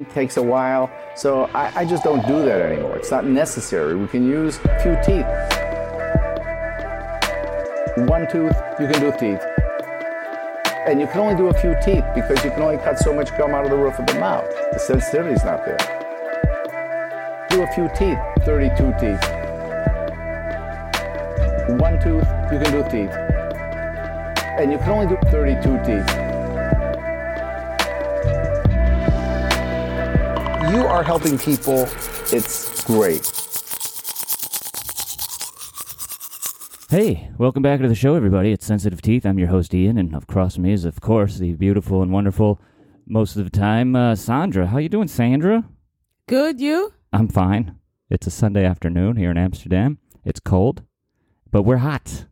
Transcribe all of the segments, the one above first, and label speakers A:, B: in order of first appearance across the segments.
A: it takes a while. So I, I just don't do that anymore. It's not necessary. We can use few teeth. One tooth, you can do teeth. And you can only do a few teeth because you can only cut so much gum out of the roof of the mouth. The sensitivity's not there. Do a few teeth, 32 teeth. One tooth, you can do teeth. And you can only do 32 teeth. You are helping people. It's great.
B: Hey, welcome back to the show, everybody. It's Sensitive Teeth. I'm your host, Ian, and across from me is, of course, the beautiful and wonderful, most of the time, uh, Sandra. How you doing, Sandra?
C: Good, you?
B: I'm fine. It's a Sunday afternoon here in Amsterdam. It's cold, but we're hot.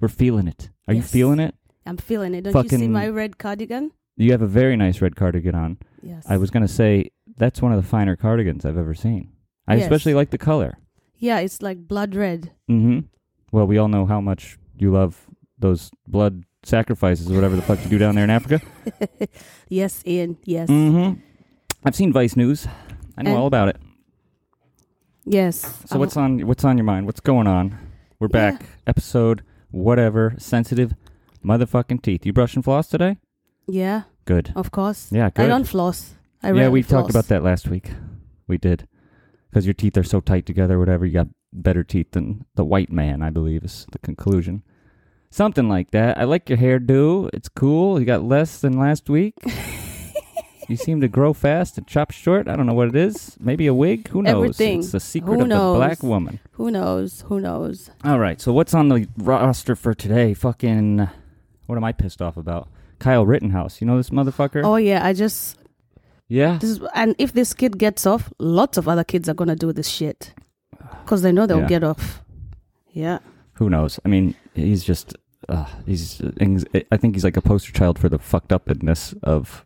B: We're feeling it. Are you
C: Yes.
B: feeling it?
C: I'm feeling it. Don't you see
B: Fucking-
C: my red cardigan?
B: You have a very nice red cardigan on.
C: Yes.
B: I was going to say that's one of the finer cardigans I've ever seen. I
C: Yes.
B: especially like the color.
C: Yeah, it's like blood red.
B: hmm Well, we all know how much you love those blood sacrifices or whatever the fuck you do down there in Africa.
C: Yes, Ian. Yes.
B: Mm-hmm. I've seen Vice News. I know
C: And-
B: all about it.
C: Yes.
B: So what's on what's on your mind? What's going on? We're
C: Yeah.
B: back. Episode whatever. Sensitive motherfucking teeth. You brush and floss today?
C: Yeah,
B: Good.
C: of course.
B: Yeah,
C: I
B: good.
C: don't floss. I
B: yeah,
C: rarely
B: we
C: floss.
B: talked about that last week. We did. Because your teeth are so tight together, whatever, you got better teeth than the white man, I believe, is the conclusion. Something like that. I like your hairdo. It's cool. You got less than last week. you seem to grow fast and chop short. I don't know what it is. Maybe a wig? Who knows?
C: Everything.
B: It's the secret
C: Who
B: of
C: knows?
B: the black woman.
C: Who knows? Who knows?
B: All right. So what's on the roster for today? Fucking, what am I pissed off about? Kyle Rittenhouse. You know this motherfucker?
C: Oh yeah, I just
B: yeah.
C: this is, and if this kid gets off, lots of other kids are gonna do this shit because they know they'll
B: Yeah.
C: get off. Yeah.
B: Who knows? I mean, he's just, uh, he's. I think he's like a poster child for the fucked upness of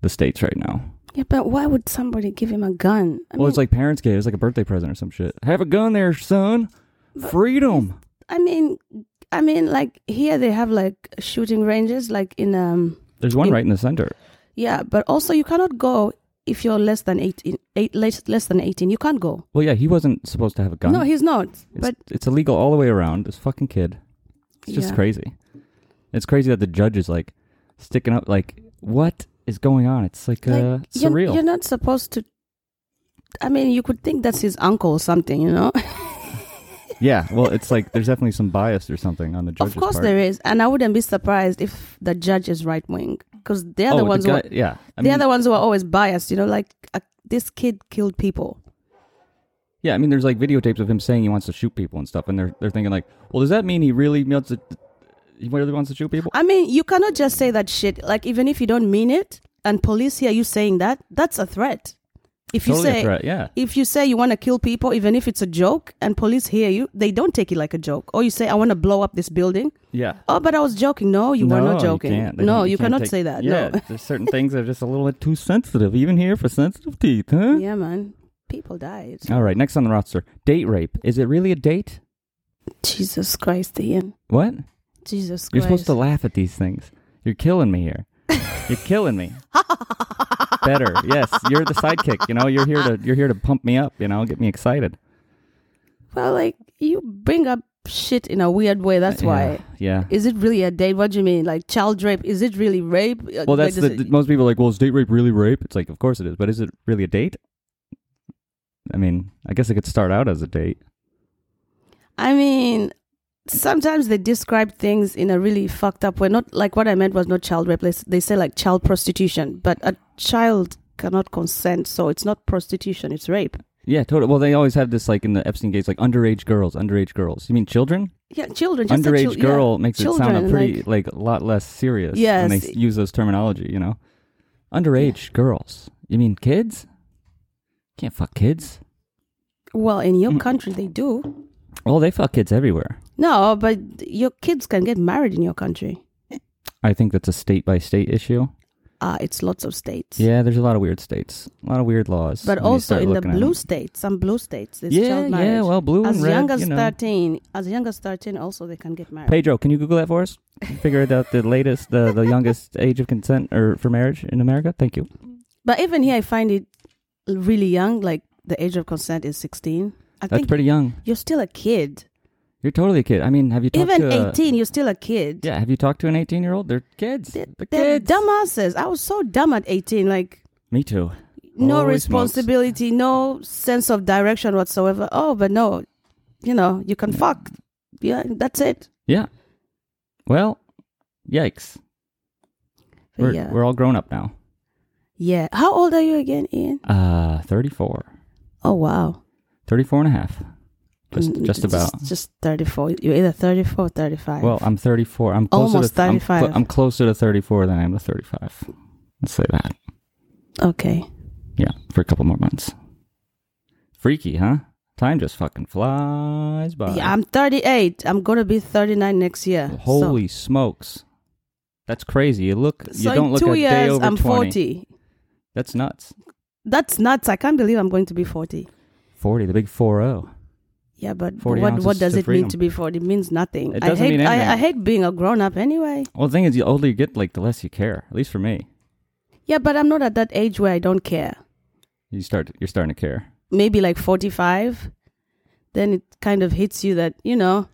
B: the states right now.
C: Yeah, but why would somebody give him a gun? I
B: well, it's
C: mean,
B: like parents gave. It's like a birthday present or some shit. Have a gun there, son. Freedom.
C: I mean, I mean, like here they have like shooting ranges, like in um
B: There's one
C: In-
B: right in the center.
C: Yeah, but also you cannot go if you're less than 18, eight, less, less than 18. You can't go.
B: Well, yeah, he wasn't supposed to have a gun.
C: No, he's not.
B: It's,
C: but
B: it's illegal all the way around. This fucking kid. It's just
C: Yeah.
B: crazy. It's crazy that the judge is like sticking up. Like, what is going on? It's like,
C: like,
B: uh,
C: you're,
B: surreal.
C: you're not supposed to. I mean, you could think that's his uncle or something, you know?
B: yeah. Well, it's like there's definitely some bias or something on the judge's
C: of course
B: part.
C: there is. And I wouldn't be surprised if the judge is right wing because they're
B: oh,
C: the ones who
B: guy,
C: are,
B: yeah. I
C: they're
B: mean,
C: the ones who are always biased, you know? Like, uh, this kid killed people.
B: yeah. I mean, there's like videotapes of him saying he wants to shoot people and stuff, and they're they're thinking like, well, does that mean he really wants to? He really wants to shoot people?
C: I mean, you cannot just say that shit. Like, even if you don't mean it and police hear you saying that, that's a threat. If you
B: totally
C: say,
B: a threat. Yeah.
C: if you say you want to kill people, even if it's a joke, and police hear you, they don't take it like a joke. Or you say, I want to blow up this building.
B: Yeah.
C: Oh, but I was joking. No, you were
B: no,
C: not joking.
B: You can't. They
C: No,
B: don't-
C: you,
B: can't
C: cannot
B: take-
C: say that.
B: Yeah, there's certain things that are just a little bit too sensitive, even here for sensitive teeth, huh?
C: No. yeah, man. People died.
B: All right, next on the roster, date rape. Is it really a date?
C: Jesus Christ, Ian.
B: What?
C: Jesus Christ.
B: You're supposed to laugh at these things. You're killing me here. You're killing me. Better. Yes, you're the sidekick, you know. You're here to you're here to pump me up, you know, get me excited.
C: Well, like, you bring up shit in a weird way. That's
B: Yeah,
C: why.
B: Yeah.
C: Is it really a date? What do you mean? Like, child rape? Is it really rape? Uh,
B: Well, that's the, the- most people are like, "Well, is date rape really rape?" It's like, "Of course it is." But is it really a date? I mean, I guess it could start out as a date.
C: I mean, sometimes they describe things in a really fucked up way. Not like what I meant was not child rape. They s- They say like child prostitution, but a child cannot consent, so it's not prostitution, it's rape.
B: Yeah, totally. Well, they always have this like in the Epstein case, like underage girls, underage girls. You mean children?
C: Yeah, children. Just a
B: underage
C: chil-
B: girl
C: yeah,
B: makes it sound
C: children,
B: a pretty like,
C: like-
B: a lot less serious when they
C: Yes.
B: s- use those terminology. You know, underage girls. You mean kids? Can't fuck kids.
C: well, in
B: Mm.
C: your country they do.
B: Well, they fuck kids everywhere.
C: No, but your kids can get married in your country.
B: I think that's a state by state issue.
C: Uh, it's lots of states.
B: Yeah, there's a lot of weird states, a lot of weird laws.
C: But
B: when you
C: also
B: start
C: in the
B: looking at
C: blue
B: them.
C: states, some blue states, it's
B: Yeah,
C: child marriage.
B: yeah. Well, blue
C: as
B: and red.
C: young as
B: you know.
C: thirteen, as young as thirteen, also they can get married.
B: Pedro, can you Google that for us? Figure out the latest, the, the youngest age of consent or for marriage in America. Thank you.
C: But even here, I find it really young. Like the age of consent is 16. I
B: That's
C: think
B: pretty young.
C: you're still a kid.
B: You're totally a kid. I mean, have you talked
C: Even
B: to a-
C: 18, you're still a kid.
B: yeah, have you talked to an 18 year old? They're kids.
C: They're,
B: They're
C: they're
B: kids.
C: dumbasses. I was so dumb at 18. Like,
B: Me too.
C: no
B: Holy smokes.
C: responsibility, no sense of direction whatsoever. Oh, but no, you know, you can fuck. Yeah, that's it.
B: Yeah. Well, yikes.
C: But
B: We're,
C: yeah.
B: we're all grown up now.
C: yeah. How old are you again, Ian?
B: Uh, 34.
C: Oh, wow.
B: 34 and a half. Just,
C: Mm,
B: just about.
C: Just, 34. You're either 34 or 35.
B: Well, I'm 34. I'm closer
C: Almost
B: to, I'm clo-
C: 35.
B: I'm, closer to 34 than I am to 35. Let's say that.
C: okay.
B: Yeah, for a couple more months. Freaky, huh? Time just fucking flies by.
C: yeah, I'm 38. I'm going to be 39 next year. So-
B: Holy smokes. That's crazy. You look
C: So,
B: you don't
C: in
B: look
C: two
B: a
C: years,
B: day over
C: I'm
B: 20.
C: 40.
B: That's nuts.
C: That's nuts. I can't believe I'm going to be 40.
B: 40, the big 40.
C: Yeah, but
B: 40
C: what
B: ounces
C: what does
B: to
C: it mean
B: freedom.
C: to be 40? It means nothing.
B: It
C: I
B: doesn't
C: hate
B: mean anything.
C: I, I hate being a grown up anyway.
B: Well, the thing is, the older you get, like the less you care. At least for me,
C: Yeah, but I'm not at that age where I don't care.
B: you start you're starting to care.
C: Maybe like 45, then it kind of hits you that, you know,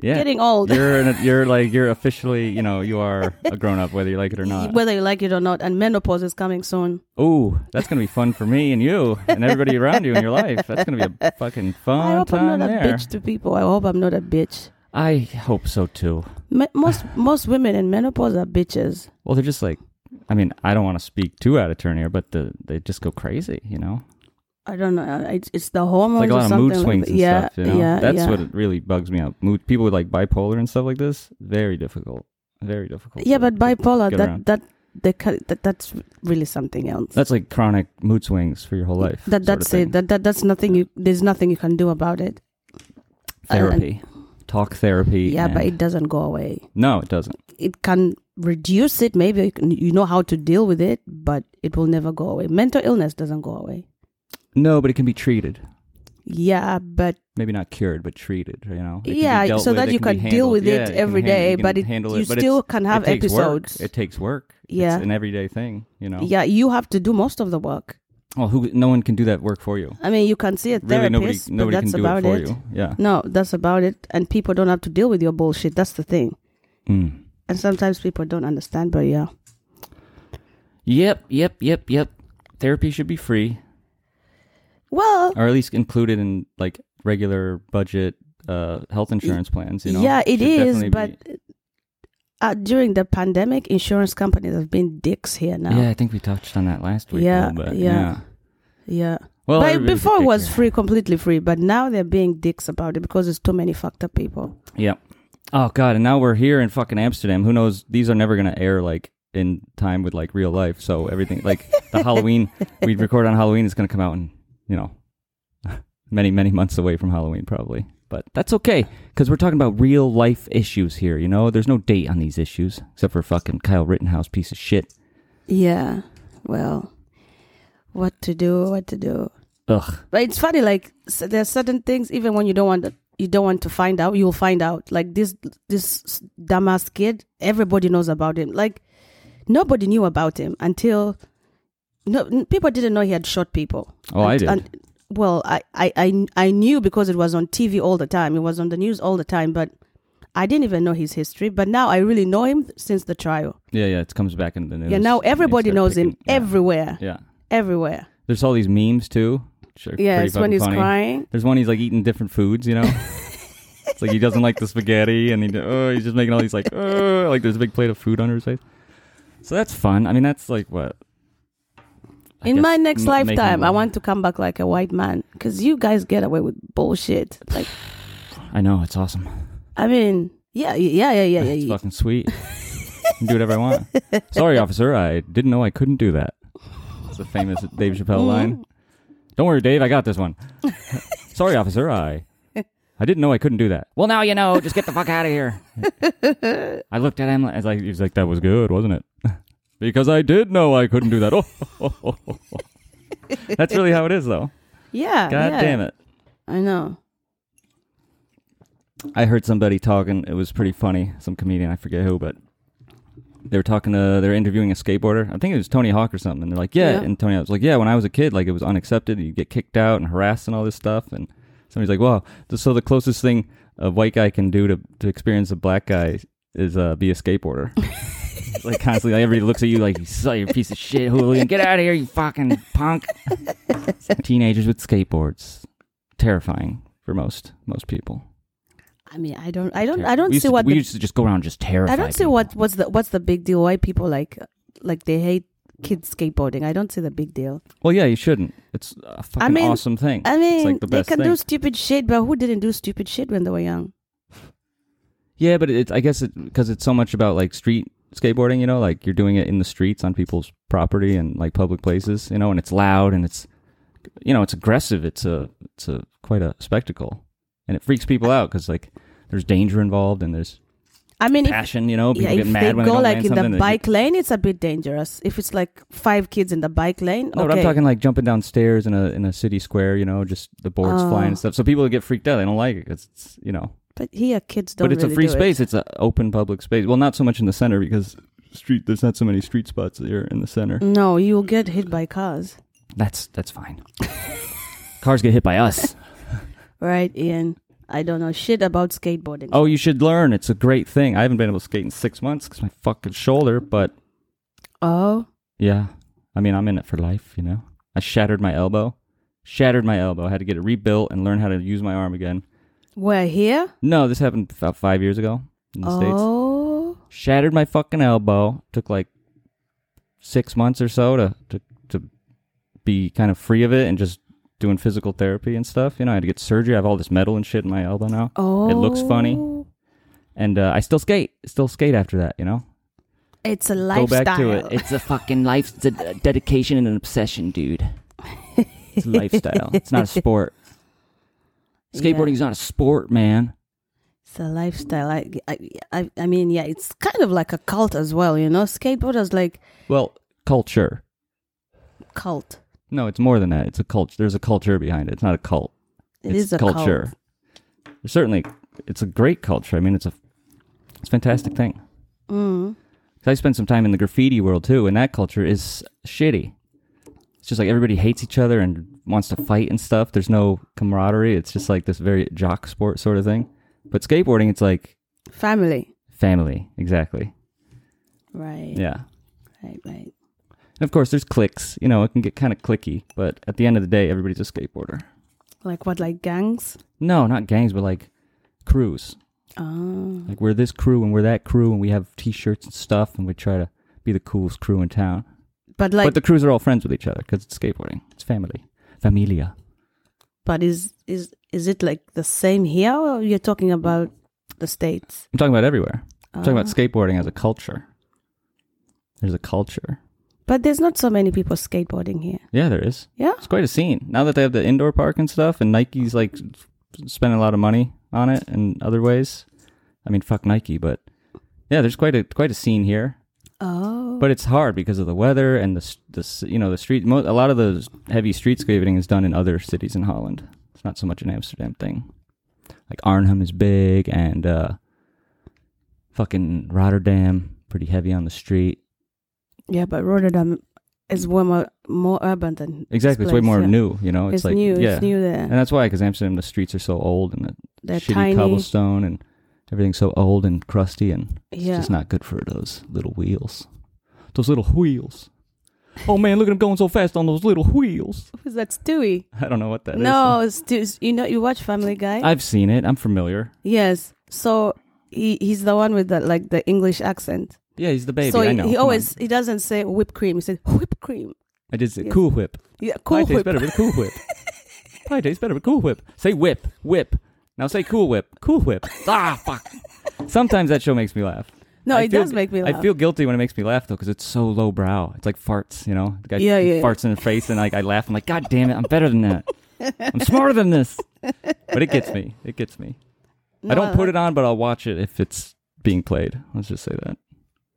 B: Yeah,
C: getting old,
B: you're an, you're like you're officially you know you are a grown up whether you like it or not.
C: whether you like it or not, and menopause is coming soon.
B: Ooh, that's gonna be fun for me and you and everybody around you in your life. That's gonna be a fucking fun
C: I hope
B: time
C: I'm not a
B: there.
C: bitch to people. I hope I'm not a bitch.
B: I hope so too.
C: Me- most most women in menopause are bitches.
B: Well, they're just like, I mean, I don't want to speak too out of turn here, but the, they just go crazy, you know.
C: I don't know. uh, It's, it's the
B: It's
C: hormones.
B: like a lot of
C: or something
B: mood swings
C: like,
B: and
C: yeah,
B: stuff. You know,
C: yeah,
B: that's
C: yeah.
B: what it really bugs me out. Mood people with like bipolar and stuff like this, very difficult, very difficult.
C: Yeah,
B: to- to
C: but bipolar
B: get
C: that
B: around.
C: that they ca- that that's really something else.
B: That's like chronic mood swings for your whole life.
C: that that's it. That, that that's nothing. You there's nothing you can do about it.
B: Therapy, talk therapy.
C: uh, Yeah, but
B: and-
C: it doesn't go away.
B: no, it doesn't.
C: It can reduce it. Maybe you, can, you know how to deal with it, but it will never go away. Mental illness doesn't go away.
B: No, but it can be treated.
C: Yeah, but
B: Maybe not cured, but treated. You know. It can be
C: yeah,
B: dealt
C: so
B: with,
C: that
B: it
C: you
B: be
C: can, deal
B: handled.
C: with
B: Yeah,
C: it
B: you can
C: every
B: hand-
C: day,
B: you can
C: but it,
B: handle
C: you
B: but it's-
C: still can have
B: it takes work.
C: episodes.
B: It takes work.
C: Yeah.
B: it's an everyday thing. You know.
C: Yeah, you have to do most of the work.
B: Well, who? No one can do that work for you.
C: I mean, you can see a
B: Really, nobody.
C: therapist,
B: Nobody
C: but
B: can
C: that's
B: do it
C: about
B: for
C: it.
B: you. Yeah.
C: No, that's about it. And people don't have to deal with your bullshit. That's the thing.
B: Mm.
C: And sometimes people don't understand, but yeah.
B: Yep, yep, yep, yep. Therapy should be free,
C: Well,
B: or at least included in like regular budget uh, health insurance plans. You know,
C: yeah, it
B: Should
C: is,
B: definitely
C: but uh, during the pandemic, insurance companies have been dicks here
B: be- yeah,
C: now.
B: I think we touched on that last week.
C: Yeah,
B: a little bit.
C: yeah. Yeah.
B: Well,
C: but
B: Oh, everybody's a
C: before it
B: dick
C: was
B: here.
C: free, completely free, but now they're being dicks about it because there's too many fucked up people.
B: Yeah. Oh god, and now we're here in fucking Amsterdam. Who knows? These are never gonna air like in time with like real life. So everything like the Halloween we record on Halloween is gonna come out in you know many many months away from Halloween probably. But that's okay because we're talking about real life issues here. You know, there's no date on these issues except for fucking Kyle Rittenhouse piece of shit.
C: Yeah. Well, what to do? What to do?
B: Ugh.
C: But it's funny. Like s- there are certain things, even when you don't want you don't want to find out, you'll find out. Like this this dumbass kid, everybody knows about him. Like nobody knew about him until no n- people didn't know he had shot people.
B: Oh, I
C: And-
B: did.
C: and- well, I, I I I knew because it was on TV all the time. It was on the news all the time, but. I didn't even know his history, but now I really know him since the trial.
B: Yeah, yeah. It comes back into the news.
C: Yeah, now
B: and they
C: everybody
B: start
C: knows him
B: picking- yeah,
C: everywhere,
B: Yeah.
C: everywhere.
B: There's all these memes too. which are
C: Yeah,
B: pretty
C: it's when
B: fucking
C: he's
B: funny.
C: crying.
B: There's one he's like eating different foods, you know. it's like he doesn't like the spaghetti, and he oh, he's just making all these like oh, like there's a big plate of food under his face. So that's fun. I mean, that's like what. I
C: in
B: guess
C: my next
B: m- making-
C: lifetime, I want to come back like a white man because you guys get away with bullshit. Like,
B: I know it's awesome.
C: I mean, yeah, yeah, yeah, yeah, yeah.
B: it's
C: yeah.
B: fucking sweet. I can do whatever I want. Sorry, officer, I didn't know I couldn't do that. It's a famous Dave
C: Mm-hmm.
B: Chappelle line. Don't worry, Dave, I got this one. Sorry, officer, I I didn't know I couldn't do that. Well, now you know. Just get the fuck out of here. I looked at him as like he was like that was good, wasn't it? because I did know I couldn't do that. Oh, that's really how it is, though.
C: yeah.
B: God
C: Uh, yeah.
B: damn it.
C: I know.
B: I heard somebody talking. It was pretty funny. Some comedian, I forget who, but they were talking to they're interviewing a skateboarder. I think it was Tony Hawk or something. And they're like, yeah.
C: Yeah.
B: And Tony Hawk was like, yeah. When I was a kid, like it was unaccepted. You get kicked out and harassed and all this stuff. And somebody's like, well, th- so the closest thing a white guy can do to to experience a black guy is uh, be a skateboarder. like constantly, like, everybody looks at you like you suck, you piece of shit hooligan. Get out of here, you fucking punk. Teenagers with skateboards, terrifying for most most people.
C: I mean, I don't, I don't,
B: Terri-
C: I don't
B: we used
C: see
B: to,
C: what
B: we
C: the
B: used to just go around just terrifying.
C: I don't see what what's the what's the big deal? Why people like like they hate kids skateboarding? I don't see the big deal.
B: Well, yeah, you shouldn't. It's a fucking
C: mean-
B: awesome thing.
C: I
B: it's
C: mean,
B: like the
C: they
B: best
C: can
B: thing.
C: do stupid shit, but who didn't do stupid shit when they were young?
B: Yeah, but it's I guess it because it's so much about like street skateboarding. You know, like you're doing it in the streets on people's property and like public places. You know, and it's loud and it's you know it's aggressive. It's a it's a quite a spectacle, and it freaks people out because like there's danger involved and there's
C: I mean, if,
B: passion. You know, people
C: yeah, if
B: get mad
C: they
B: when
C: go
B: they don't
C: like
B: land
C: in
B: something.
C: the
B: that-
C: bike lane, it's a bit dangerous. If it's like five kids in the bike lane,
B: No, but
C: okay.
B: I'm talking like jumping downstairs in a in a city square. You know, just the boards
C: Oh.
B: flying and stuff. So people get freaked out. They don't like it 'cause it's you know
C: but here, kids don't.
B: but it's a
C: really
B: free
C: do it.
B: space. It's an open public space. Well, not so much in the center because street. There's not so many street spots here in the center.
C: No, you will get hit by cars,
B: That's that's fine. Cars get hit by us.
C: right, Ian? I don't know shit about skateboarding.
B: Oh, you should learn. It's a great thing. I haven't been able to skate in six months because my fucking shoulder. But
C: oh,
B: yeah, I mean, I'm in it for life. You know, I shattered my elbow. Shattered my elbow. I had to get it rebuilt and learn how to use my arm again.
C: we're here.
B: No, this happened about five years ago in the states.
C: Oh,
B: shattered my fucking elbow. Took like six months or so to, to to be kind of free of it and just doing physical therapy and stuff. You know, I had to get surgery. I have all this metal and shit in my elbow now,
C: oh,
B: It looks funny. and uh, I still skate. Still skate after that. You know,
C: It's a lifestyle.
B: go back to it. It's a fucking life. It's a d- dedication and an obsession, dude. It's a lifestyle. It's not a sport.
C: Yeah.
B: Skateboarding's not a sport, man.
C: It's a lifestyle. I, I, I, I mean, yeah, it's kind of like a cult as well, you know? Skateboarders like
B: Well, culture.
C: cult.
B: No, it's more than that. It's a culture. There's a culture behind it. It's not a cult.
C: It
B: it's
C: is a
B: culture.
C: cult.
B: Certainly, it's a great culture. I mean, it's a it's a fantastic thing.
C: Mm.
B: 'Cause I spent some time in the graffiti world too, and that culture is shitty. It's just like everybody hates each other and wants to fight and stuff. There's no camaraderie. It's just like this very jock sport sort of thing. But skateboarding, it's like
C: Family.
B: family, exactly.
C: Right.
B: Yeah.
C: Right, right.
B: And of course, there's cliques. You know, it can get kind of clicky, but at the end of the day, everybody's a skateboarder.
C: Like what, like gangs?
B: No, not gangs, but like crews.
C: Oh.
B: Like we're this crew and we're that crew and we have t-shirts and stuff and we try to be the coolest crew in town.
C: But like,
B: but the crews are all friends with each other because it's skateboarding. It's family. Familia.
C: but is, is, is it like the same here or you're talking about the States?
B: I'm talking about everywhere. I'm talking about
C: Oh.
B: skateboarding as a culture. There's a culture.
C: But there's not so many people skateboarding here.
B: Yeah, there is.
C: Yeah.
B: It's quite a scene. Now that they have the indoor park and stuff and Nike's like s- spending a lot of money on it in other ways. I mean, fuck Nike, but yeah, there's quite a quite a scene here.
C: Oh.
B: but it's hard because of the weather and the s- the s- you know the street. Mo- a lot of the heavy street skating is done in other cities in Holland. It's not so much an Amsterdam thing. Like Arnhem is big and uh, fucking Rotterdam, pretty heavy on the street.
C: yeah, but Rotterdam is way more, more urban than. this
B: Exactly, it's way
C: place,
B: more
C: yeah.
B: new. You know,
C: It's,
B: it's, like
C: new.
B: yeah,
C: It's new
B: and
C: there.
B: that's why because Amsterdam the streets are so old and the
C: They're
B: shitty
C: tiny.
B: cobblestone and everything's so old and crusty and it's
C: Yeah.
B: just not good for those little wheels. Those little wheels. Oh man, look at him going so fast on those little wheels.
C: Who's that, Stewie?
B: I don't know what that is.
C: no, it's Stu- you know you watch Family Guy.
B: I've seen it. I'm familiar.
C: yes, so he he's the one with the like the English accent.
B: Yeah, he's the baby.
C: so
B: I
C: he,
B: know.
C: he
B: Come
C: always
B: on.
C: he doesn't say whipped cream. He said whipped cream.
B: I did say
C: yes.
B: Cool Whip.
C: Yeah,
B: Pie
C: cool
B: tastes
C: whip.
B: better with Cool Whip. Pie tastes better with Cool Whip. Say whip, whip. Now say Cool Whip, Cool Whip. ah, fuck. Sometimes that show makes me laugh.
C: No,
B: I
C: it
B: feel-
C: does make me laugh.
B: I feel guilty when it makes me laugh though, because it's so lowbrow. It's like farts, you know. The guy
C: Yeah, yeah.
B: farts in the face, and like I laugh. I'm like, God damn it, I'm better than that. I'm smarter than this. But it gets me. It gets me.
C: No,
B: I don't put it on, but I'll watch it if it's being played. Let's just say that.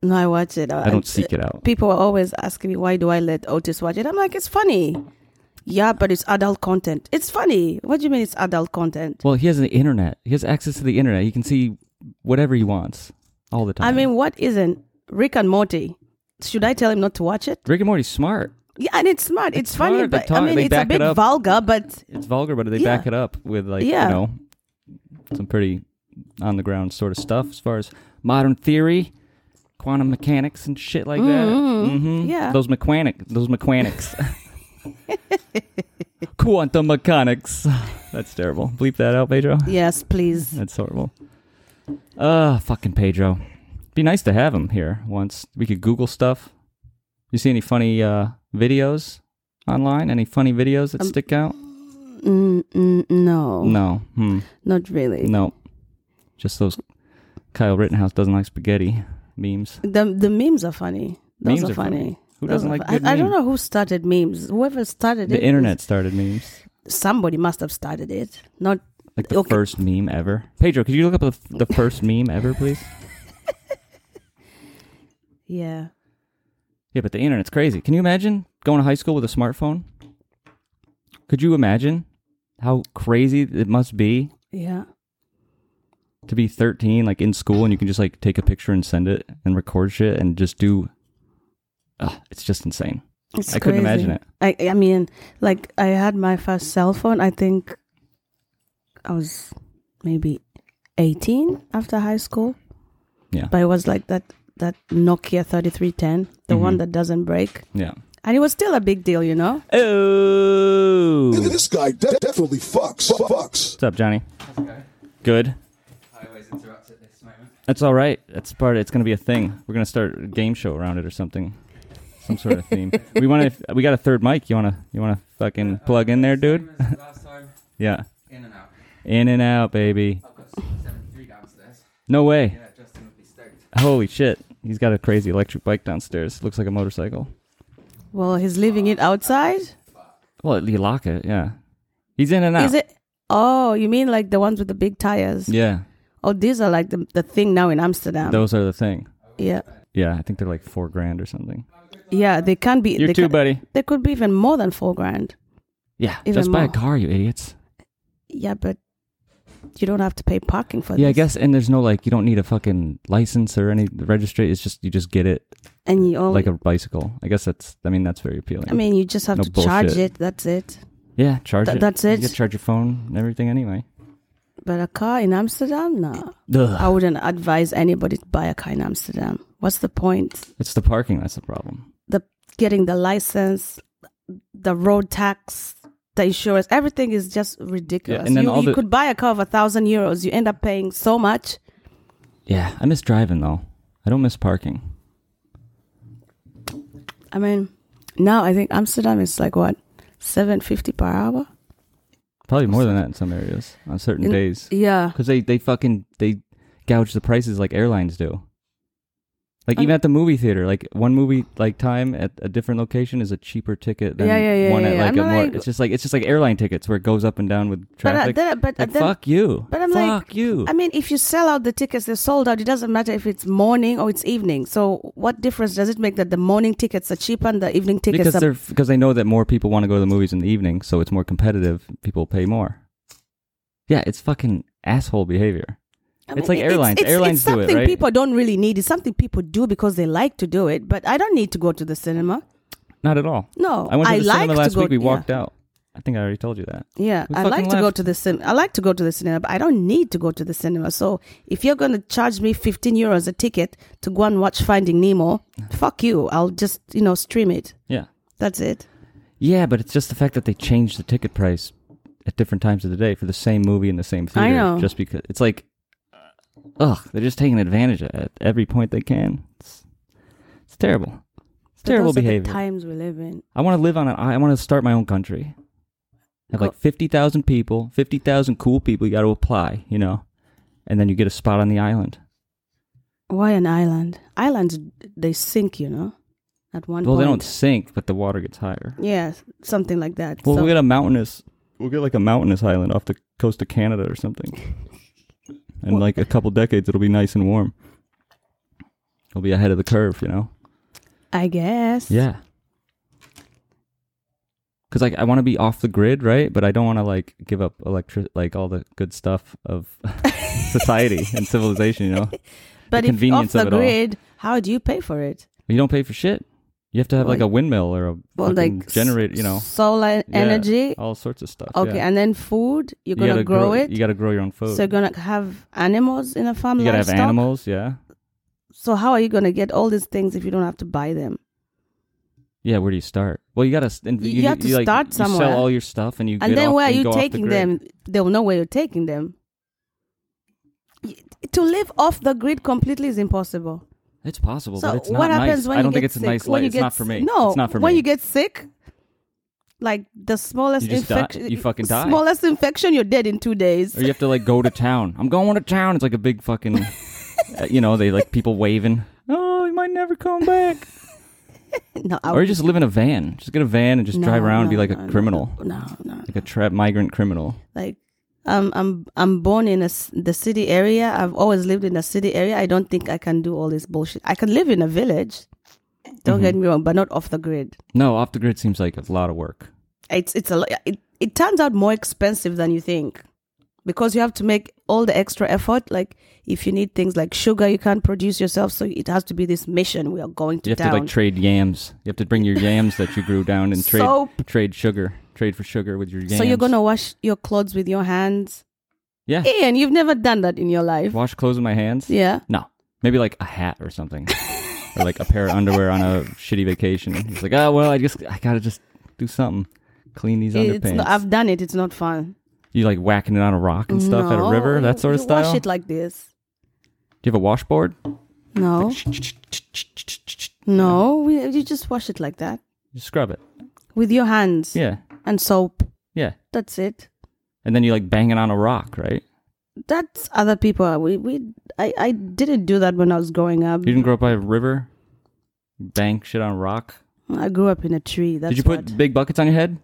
C: No, I watch it.
B: I don't seek it out.
C: People are always asking me why do I let Otis watch it. I'm like, it's funny. Yeah, but it's adult content. It's funny. What do you mean it's adult content?
B: Well, he has the internet. He has access to the internet. He can see whatever he wants all the time.
C: I mean, what isn't? Rick and Morty. Should I tell him not to watch it?
B: Rick and Morty's smart.
C: Yeah, and it's smart. It's,
B: smart.
C: funny,
B: They
C: but
B: talk-
C: I mean,
B: they
C: it's a
B: back it
C: bit
B: up.
C: vulgar, but
B: It's vulgar, but they
C: Yeah.
B: back it up with like
C: Yeah.
B: you know some pretty on the ground sort of stuff as far as modern theory, quantum mechanics, and shit like that. Mm-hmm.
C: Yeah.
B: those mechanic, those mechanics, quantum mechanics. That's terrible. Bleep that out, Pedro.
C: yes, please.
B: That's horrible. Uh fucking Pedro. Be nice to have him here once. We could Google stuff. You see any funny uh, videos online? Any funny videos
C: Um,
B: that stick out?
C: Mm, mm, no,
B: No. Hmm.
C: not really.
B: No. Just those Kyle Rittenhouse doesn't like spaghetti memes.
C: The the memes are funny. Those
B: Memes
C: are,
B: are
C: funny.
B: funny. Who
C: Those
B: doesn't
C: are
B: like
C: fu- Um, I-
B: good
C: I,
B: memes?
C: don't know who started memes. Whoever started it,
B: The internet started memes.
C: Somebody must have started it. Not
B: Like the
C: Okay.
B: first meme ever. Pedro, could you look up the, the first meme ever, please?
C: yeah.
B: Yeah, but the internet's crazy. Can you imagine going to high school with a smartphone? Could you imagine how crazy it must be
C: Yeah.
B: to be 13, like in school, and you can just like take a picture and send it and record shit and just do. Ugh, it's just insane.
C: It's
B: I couldn't
C: crazy.
B: imagine it.
C: I I mean, like I had my first cell phone. I think I was maybe eighteen after high school.
B: Yeah.
C: But it was like that that Nokia thirty three ten, the
B: Mm-hmm.
C: one that doesn't break,
B: Yeah.
C: and it was still a big deal, you know.
B: Oh.
D: Nigga, this guy de- definitely fucks. Fu- Fucks.
B: What's up, Johnny? Good.
E: I always interrupt at this moment.
B: That's all right. That's part. It's gonna be a thing. We're gonna start a game show around it or something, some sort of theme. we want to. We got a third mic. You wanna? You wanna fucking plug in there, dude?
E: Uh, Same as the Last time,
B: Yeah.
E: in and out.
B: In and out, baby.
E: I've got 73 downstairs.
B: No way.
E: Yeah, Justin would be stoked.
B: Holy shit. He's got a crazy electric bike downstairs. Looks like a motorcycle.
C: Well, he's leaving it outside.
B: Well, you lock it. Yeah. He's in and out.
C: Is it? Oh, you mean like the ones with the big tires?
B: Yeah.
C: Oh, these are like the, the thing now in Amsterdam.
B: Those are the thing.
C: yeah,
B: Yeah. I think they're like four grand or something.
C: yeah, they can be.
B: You
C: they
B: too,
C: can-
B: buddy.
C: They could be even more than four grand.
B: Yeah.
C: Even
B: Just buy a
C: more.
B: car, you idiots.
C: Yeah, but you don't have to pay parking for
B: Yeah, I
C: this.
B: guess, and there's no like, you don't need a fucking license or any registry. It's just you just get it
C: And you only.
B: like a bicycle. I guess that's. I mean, that's very appealing.
C: Oh, I mean, you just have
B: No
C: to charge
B: bullshit.
C: it. That's it.
B: yeah, charge
C: Th-
B: it.
C: that's it.
B: You could charge your phone and everything anyway.
C: But a car in Amsterdam? No, I wouldn't advise anybody to buy a car in Amsterdam. What's the point?
B: It's the parking that's the problem.
C: The getting the license, the road tax, the insurance, everything is just ridiculous.
B: and then
C: you
B: all
C: you
B: the-
C: could buy a car of a thousand euros. You end up paying so much.
B: Yeah, I miss driving though. I don't miss parking.
C: I mean, now I think Amsterdam is like what seven fifty per hour.
B: Probably more than that in some areas on certain
C: In-
B: days
C: Yeah,
B: because they they fucking they gouge the prices like airlines do. Like even
C: Um,
B: at the movie theater, like one movie like time at a different location is a cheaper ticket than
C: Yeah, yeah, yeah,
B: one
C: yeah,
B: at
C: yeah.
B: like
C: I'm
B: a
C: not
B: more.
C: like-
B: it's just like it's just like airline tickets where it goes up and down with
C: but uh,
B: traffic.
C: then, but uh,
B: Like,
C: then,
B: fuck you.
C: but I'm
B: fuck
C: like-
B: you.
C: I mean, if you sell out the tickets, they're sold out. It doesn't matter if it's morning or it's evening. So, what difference does it make that the morning tickets are cheaper and the evening tickets
B: because
C: are?
B: they're because they know that more people want to go to the movies in the evening, so it's more competitive. People pay more. Yeah, it's fucking asshole behavior.
C: I
B: it's like airlines.
C: It's, it's,
B: Airlines
C: it's
B: do it,
C: something
B: right?
C: people don't really need. It's something people do because they like to do it. But I don't need to go to the cinema.
B: Not at all.
C: No,
B: I went to the
C: Oh, like
B: cinema
C: to
B: last
C: go,
B: week. We
C: yeah.
B: walked out. I think I already told you that.
C: Yeah,
B: We
C: I
B: fucking
C: like to go
B: left.
C: to the cinema. I like to go to the cinema, but I don't need to go to the cinema. So if you're going to charge me 15 euros a ticket to go and watch Finding Nemo, fuck you. I'll just, you know, stream it.
B: Yeah.
C: That's it.
B: Yeah, but it's just the fact that they changed the ticket price at different times of the day for the same movie in the same theater.
C: know.
B: Just because it's like, ugh, they're just taking advantage of it at every point they can. It's, it's terrible. It's
C: But
B: terrible
C: those are the
B: behavior.
C: times we live in.
B: I want to live on an. I want to start my own country. Have like
C: Go-
B: fifty thousand people, fifty thousand cool people. You got to apply, you know, and then you get a spot on the island.
C: Why an island? Islands, they sink, you know, at one
B: Well,
C: point.
B: they don't sink, but the water gets higher.
C: Yeah, something like that.
B: Well,
C: so,
B: we'll get a mountainous. We'll get like a mountainous island off the coast of Canada or something. And
C: Well-
B: like a couple decades, it'll be nice and warm. We'll be ahead of the curve, you know.
C: I guess.
B: Yeah. Cause like I want to be off the grid, right? But I don't want to like give up electric, like all the good stuff of society and civilization. You know,
C: But
B: the
C: if off
B: convenience
C: the
B: of it all.
C: grid, how do you pay for it?
B: You don't pay for shit. You have to have like
C: Well,
B: a windmill or a
C: Well,
B: fucking
C: like
B: generator,
C: s-
B: you know,
C: solar
B: Yeah,
C: energy.
B: all sorts of stuff.
C: Okay,
B: yeah.
C: and then food. You're
B: You
C: gonna
B: gotta
C: grow, it.
B: You got to grow your own food.
C: so you're gonna have animals in a farm.
B: you gotta have
C: livestock.
B: animals. Yeah,
C: So how are you gonna get all these things if you don't have to buy them?
B: yeah. Where do you start? Well, you got to.
C: You- you have to start
B: You
C: somewhere.
B: sell all your stuff, and you
C: And
B: get
C: then
B: off,
C: where are
B: you
C: you
B: go off the
C: taking
B: grid.
C: them? They'll know where you're taking them. Y- To live off the grid completely is impossible.
B: It's possible,
C: so
B: but it's not
C: what happens
B: nice.
C: when
B: I
C: you
B: don't
C: get
B: think it's
C: sick?
B: a nice
C: when
B: life.
C: you
B: It's
C: get
B: not for me.
C: sick- No,
B: it's not for
C: when
B: me.
C: you get sick, like the smallest
B: You just die.
C: infection,
B: You fucking die.
C: Smallest infection, you're dead in two days.
B: or you have to like go to town. I'm going to town. It's like a big fucking, uh, you know, they like people waving. Oh, you might never come back.
C: no, I
B: Or you just live in a van. Just get a van and just
C: no,
B: drive around and be
C: no,
B: like
C: no,
B: a
C: no,
B: criminal,
C: No, no,
B: like a tra- migrant criminal.
C: like um, I'm I'm born in a s the city area. I've always lived in a city area. I don't think I can do all this bullshit. I can live in a village. Don't get
B: Mm-hmm.
C: me wrong, but not off the grid.
B: No, off the grid seems like a lot of work.
C: It's it's a lo- it, it turns out more expensive than you think because you have to make all the extra effort. Like if you need things like sugar, you can't produce yourself, so it has to be this mission we are going to
B: You have
C: town.
B: to like trade yams. You have to bring your yams that you grew down and trade
C: Soap.
B: trade sugar, trade for sugar with your yams.
C: so you're gonna wash your clothes with your hands.
B: yeah
C: Ian, you've never done that in your life.
B: wash clothes with my hands.
C: Yeah.
B: No, maybe like a hat or something, or like a pair of underwear on a shitty vacation. It's like, oh well, I just I gotta just do something, clean these
C: It's
B: underpants.
C: not, I've done it. It's not fun.
B: you like whacking it on a rock and stuff at a
C: No,
B: river, that
C: you-
B: sort of
C: you
B: style.
C: Wash it like this.
B: do you have a washboard?
C: No, no, we, you just wash it like that
B: You scrub it.
C: with your hands
B: Yeah,
C: and soap.
B: yeah,
C: That's it.
B: and then you like bang it on a rock, right?
C: That's other people. We we I I didn't do that when I was growing up.
B: You didn't grow up by a river. Bang shit on a rock.
C: I grew up in a tree. That's
B: Did you put
C: what.
B: big buckets on your head?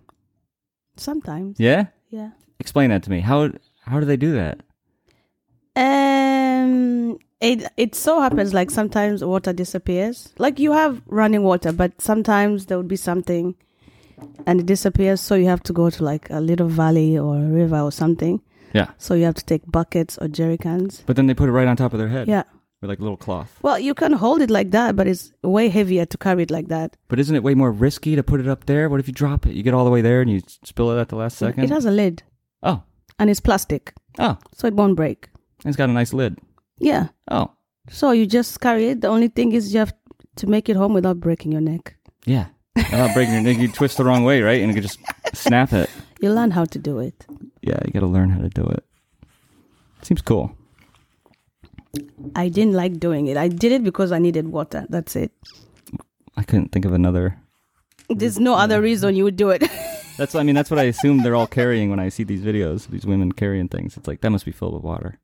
C: sometimes.
B: Yeah.
C: Yeah.
B: Explain that to me. How how do they do that?
C: Um. It it so happens like sometimes water disappears. Like you have running water, but sometimes there would be something, and it disappears. So you have to go to like a little valley or a river or something.
B: Yeah.
C: So you have to take buckets or jerry cans.
B: But then they put it right on top of their head.
C: Yeah.
B: With like a little cloth.
C: Well, you can hold it like that, but it's way heavier to carry it like that.
B: But isn't it way more risky to put it up there? What if you drop it? You get all the way there and you spill it at the last second?
C: It has a lid
B: oh.
C: and it's plastic,
B: Oh.
C: so it won't break.
B: It's got a nice lid.
C: Yeah.
B: Oh.
C: So you just carry it. The only thing is you have to make it home without breaking your neck.
B: Yeah. Without breaking your neck, you twist the wrong way, right? And you could just snap it.
C: You learn how to do it.
B: Yeah, you gotta learn how to do it. Seems cool.
C: I didn't like doing it. I did it because I needed water. That's it.
B: I couldn't think of another
C: There's no other reason you would do it.
B: That's I mean that's what I assume they're all carrying when I see these videos, these women carrying things. It's like that must be filled with water.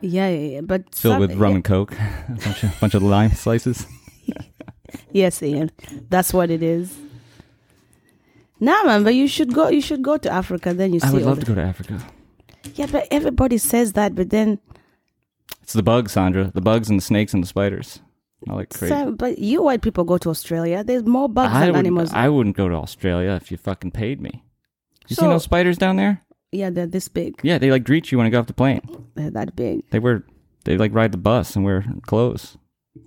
C: yeah, yeah, yeah. But
B: It's filled
C: some-
B: with rum and coke. a bunch of, bunch of lime slices.
C: Yes, Ian. That's what it is. Nah, man. But you should go. You should go to Africa. Then you see.
B: I would
C: all
B: love
C: the-
B: to go to Africa.
C: Yeah, but everybody says that, but then
B: It's the bugs, Sandra. The bugs and the snakes and the spiders. I like crazy.
C: Sam, but you white people go to Australia. There's more bugs
B: I
C: than
B: wouldn't,
C: animals.
B: I wouldn't go to Australia if you fucking paid me. You
C: So-
B: seen those spiders down there?
C: yeah, they're this big.
B: Yeah, they like greet you when you go off the plane.
C: They're that big.
B: They wear they like ride the bus and wear clothes,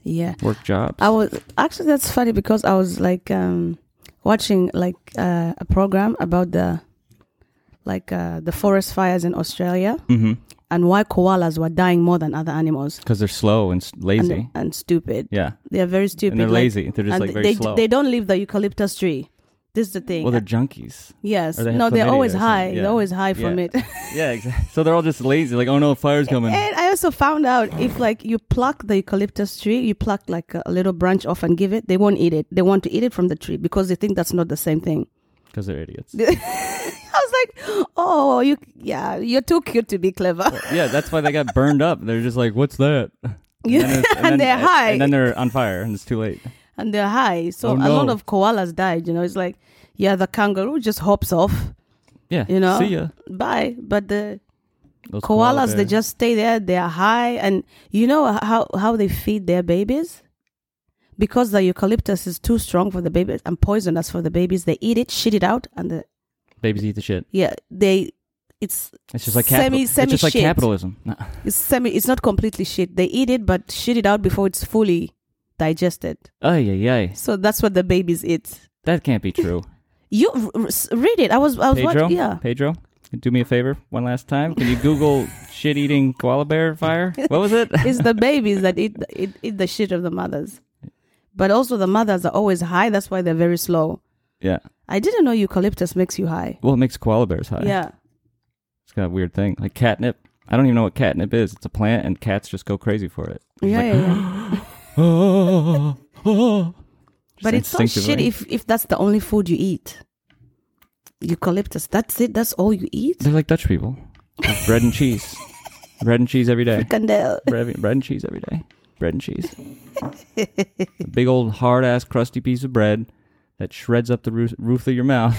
C: Yeah.
B: work jobs.
C: I was actually that's funny because I was like um watching like uh, a program about the like uh, the forest fires in Australia
B: mm-hmm.
C: and why koalas were dying more than other animals
B: Because they're slow and s- lazy.
C: and, and stupid.
B: yeah.
C: They are very stupid.
B: And they're
C: like-
B: lazy. They're just
C: and
B: like very
C: they,
B: slow.
C: they don't leave the eucalyptus tree. This is the thing.
B: well, they're junkies.
C: yes.
B: or they have
C: no, they're
B: chlamydia
C: always
B: or something.
C: high.
B: Yeah.
C: They're always high from
B: Yeah.
C: it.
B: Yeah, exactly. So they're all just lazy. Like, oh no, fire's coming.
C: And I also found out if like you pluck the eucalyptus tree, you pluck like a little branch off and give it, they won't eat it. They want to eat it from the tree because they think that's not the same thing.
B: Because they're idiots.
C: I was like, oh, you, yeah, you're too cute to be clever.
B: yeah, that's why they got burned up. They're just like, what's that?
C: Yeah,
B: then
C: and,
B: it's- then-
C: they're high,
B: And then they're on fire, and it's too late.
C: they're high. So
B: Oh,
C: a lot
B: no.
C: of koalas died. You know, it's like, yeah, the kangaroo just hops off.
B: Yeah,
C: You know,
B: See ya.
C: bye. But the
B: Those koala
C: koalas, they
B: bears.
C: just stay there. They are high, and you know how how they feed their babies. Because the eucalyptus is too strong for the babies and poisonous for the babies, they eat it, shit it out, and the
B: babies eat the shit.
C: yeah, they it's
B: It's just like
C: Semi-
B: capital-
C: semi
B: It's just like
C: shit.
B: capitalism. No.
C: it's semi it's not completely shit. They eat it but shit it out before it's fully digested.
B: Ay yeah yeah.
C: So that's what the babies eat.
B: That can't be true.
C: You r- r- s- read it. I was I was
B: Pedro,
C: watching yeah.
B: Pedro, do me a favor one last time. Can you Google shit-eating koala bear fire? What was it?
C: It's the babies that eat, eat eat the shit of the mothers. But also the mothers are always high, that's why they're very slow.
B: yeah.
C: I didn't know eucalyptus makes you high.
B: Well, it makes koala bears high.
C: Yeah.
B: It's got a weird thing, like catnip. I don't even know what catnip is. It's a plant, and cats just go crazy for it.
C: Yeah, yeah, yeah.
B: Oh, oh.
C: But it's so shit
B: instinctively.
C: if if that's the only food you eat. Eucalyptus, that's it, that's all you eat?
B: They're like Dutch people. Have bread and cheese. bread and cheese every day.
C: Candel.
B: Bread, bread and cheese every day. Bread and cheese. a big old hard ass crusty piece of bread that shreds up the roof, roof of your mouth.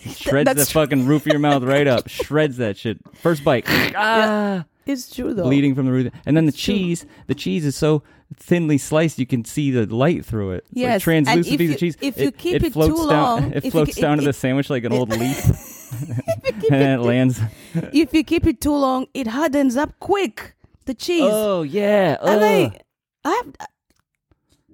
B: shreds the
C: That's true.
B: fucking roof of your mouth right up. Shreds that shit. First bite. ah,
C: It's true though.
B: bleeding from the roof. And then the
C: true.
B: cheese. The cheese is so thinly sliced you can see the light through it. It's like
C: Yes, and
B: translucent
C: if
B: piece
C: you-
B: of cheese.
C: if you keep it too
B: floats down,
C: long, if
B: it
C: you
B: floats
C: ke-
B: down to
C: it-
B: the sandwich like an old leaf. and then it lands.
C: if you keep it too long, it hardens up quick. The cheese.
B: Oh yeah. ugh.
C: And I, I have, uh,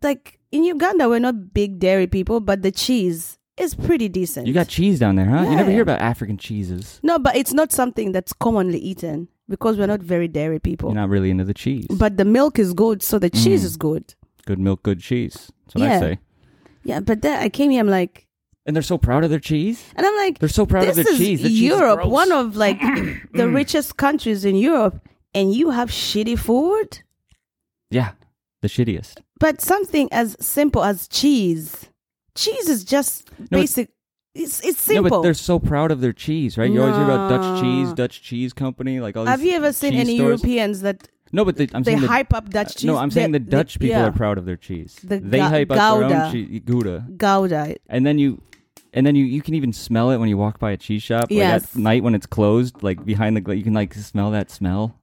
C: like in Uganda, we're not big dairy people, but the cheese is pretty decent.
B: You got cheese down there, huh? You never
C: Yeah.
B: hear about African cheeses.
C: no, but it's not something that's commonly eaten because we're not very dairy people.
B: You're not really into the cheese.
C: But the milk is good, so the cheese
B: Mm.
C: is good.
B: good milk, good cheese. That's what I
C: Yeah.
B: say.
C: Yeah, but then I came here, I'm like,
B: And they're so proud of their cheese.
C: and I'm like,
B: They're so proud of
C: this
B: their
C: is
B: cheese. The cheese is
C: Europe,
B: gross. Mm.
C: one of like the richest countries in Europe, and you have shitty food.
B: Yeah, the shittiest.
C: But something as simple as cheese, cheese is just
B: No, it-
C: basic. It's it's
B: No,
C: simple.
B: but they're so proud of their cheese, right? You always hear about Dutch cheese,
C: No.
B: Dutch cheese company, like all these.
C: Have you ever seen
B: cheese
C: any
B: stores.
C: Europeans that
B: No, but the, I'm
C: they
B: saying the,
C: hype up Dutch
B: uh,
C: cheese?
B: No, I'm saying the
C: They- they-
B: Dutch people
C: yeah.
B: are proud of their cheese.
C: The
B: they
C: ga-
B: hype up their own
C: Gouda.
B: cheese, Gouda,
C: Gouda.
B: and then you. And then you, you can even smell it when you walk by a cheese shop. Like
C: Yes.
B: at night when it's closed, like behind the gla- you can like smell that smell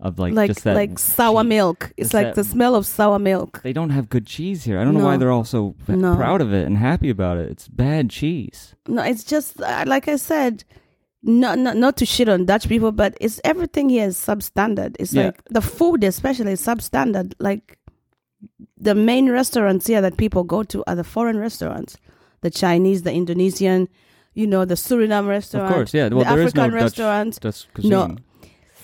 B: of like,
C: Like
B: just that
C: like sour
B: cheese.
C: milk. It's
B: Is
C: like
B: that-
C: the smell of sour milk.
B: they don't have good cheese here. I don't know why
C: No.
B: they're all so p-
C: No.
B: proud of it and happy about it. It's bad cheese.
C: No, it's just uh, like I said. Not, not not to shit on Dutch people, but it's everything here is substandard. It's
B: Yeah.
C: like the food, especially, is substandard. Like the main restaurants here that people go to are the foreign restaurants, the Chinese, the Indonesian, you know, the Suriname restaurant,
B: of course, yeah. Well,
C: the
B: there is
C: African
B: no
C: restaurant,
B: Dutch, Dutch cuisine.
C: No.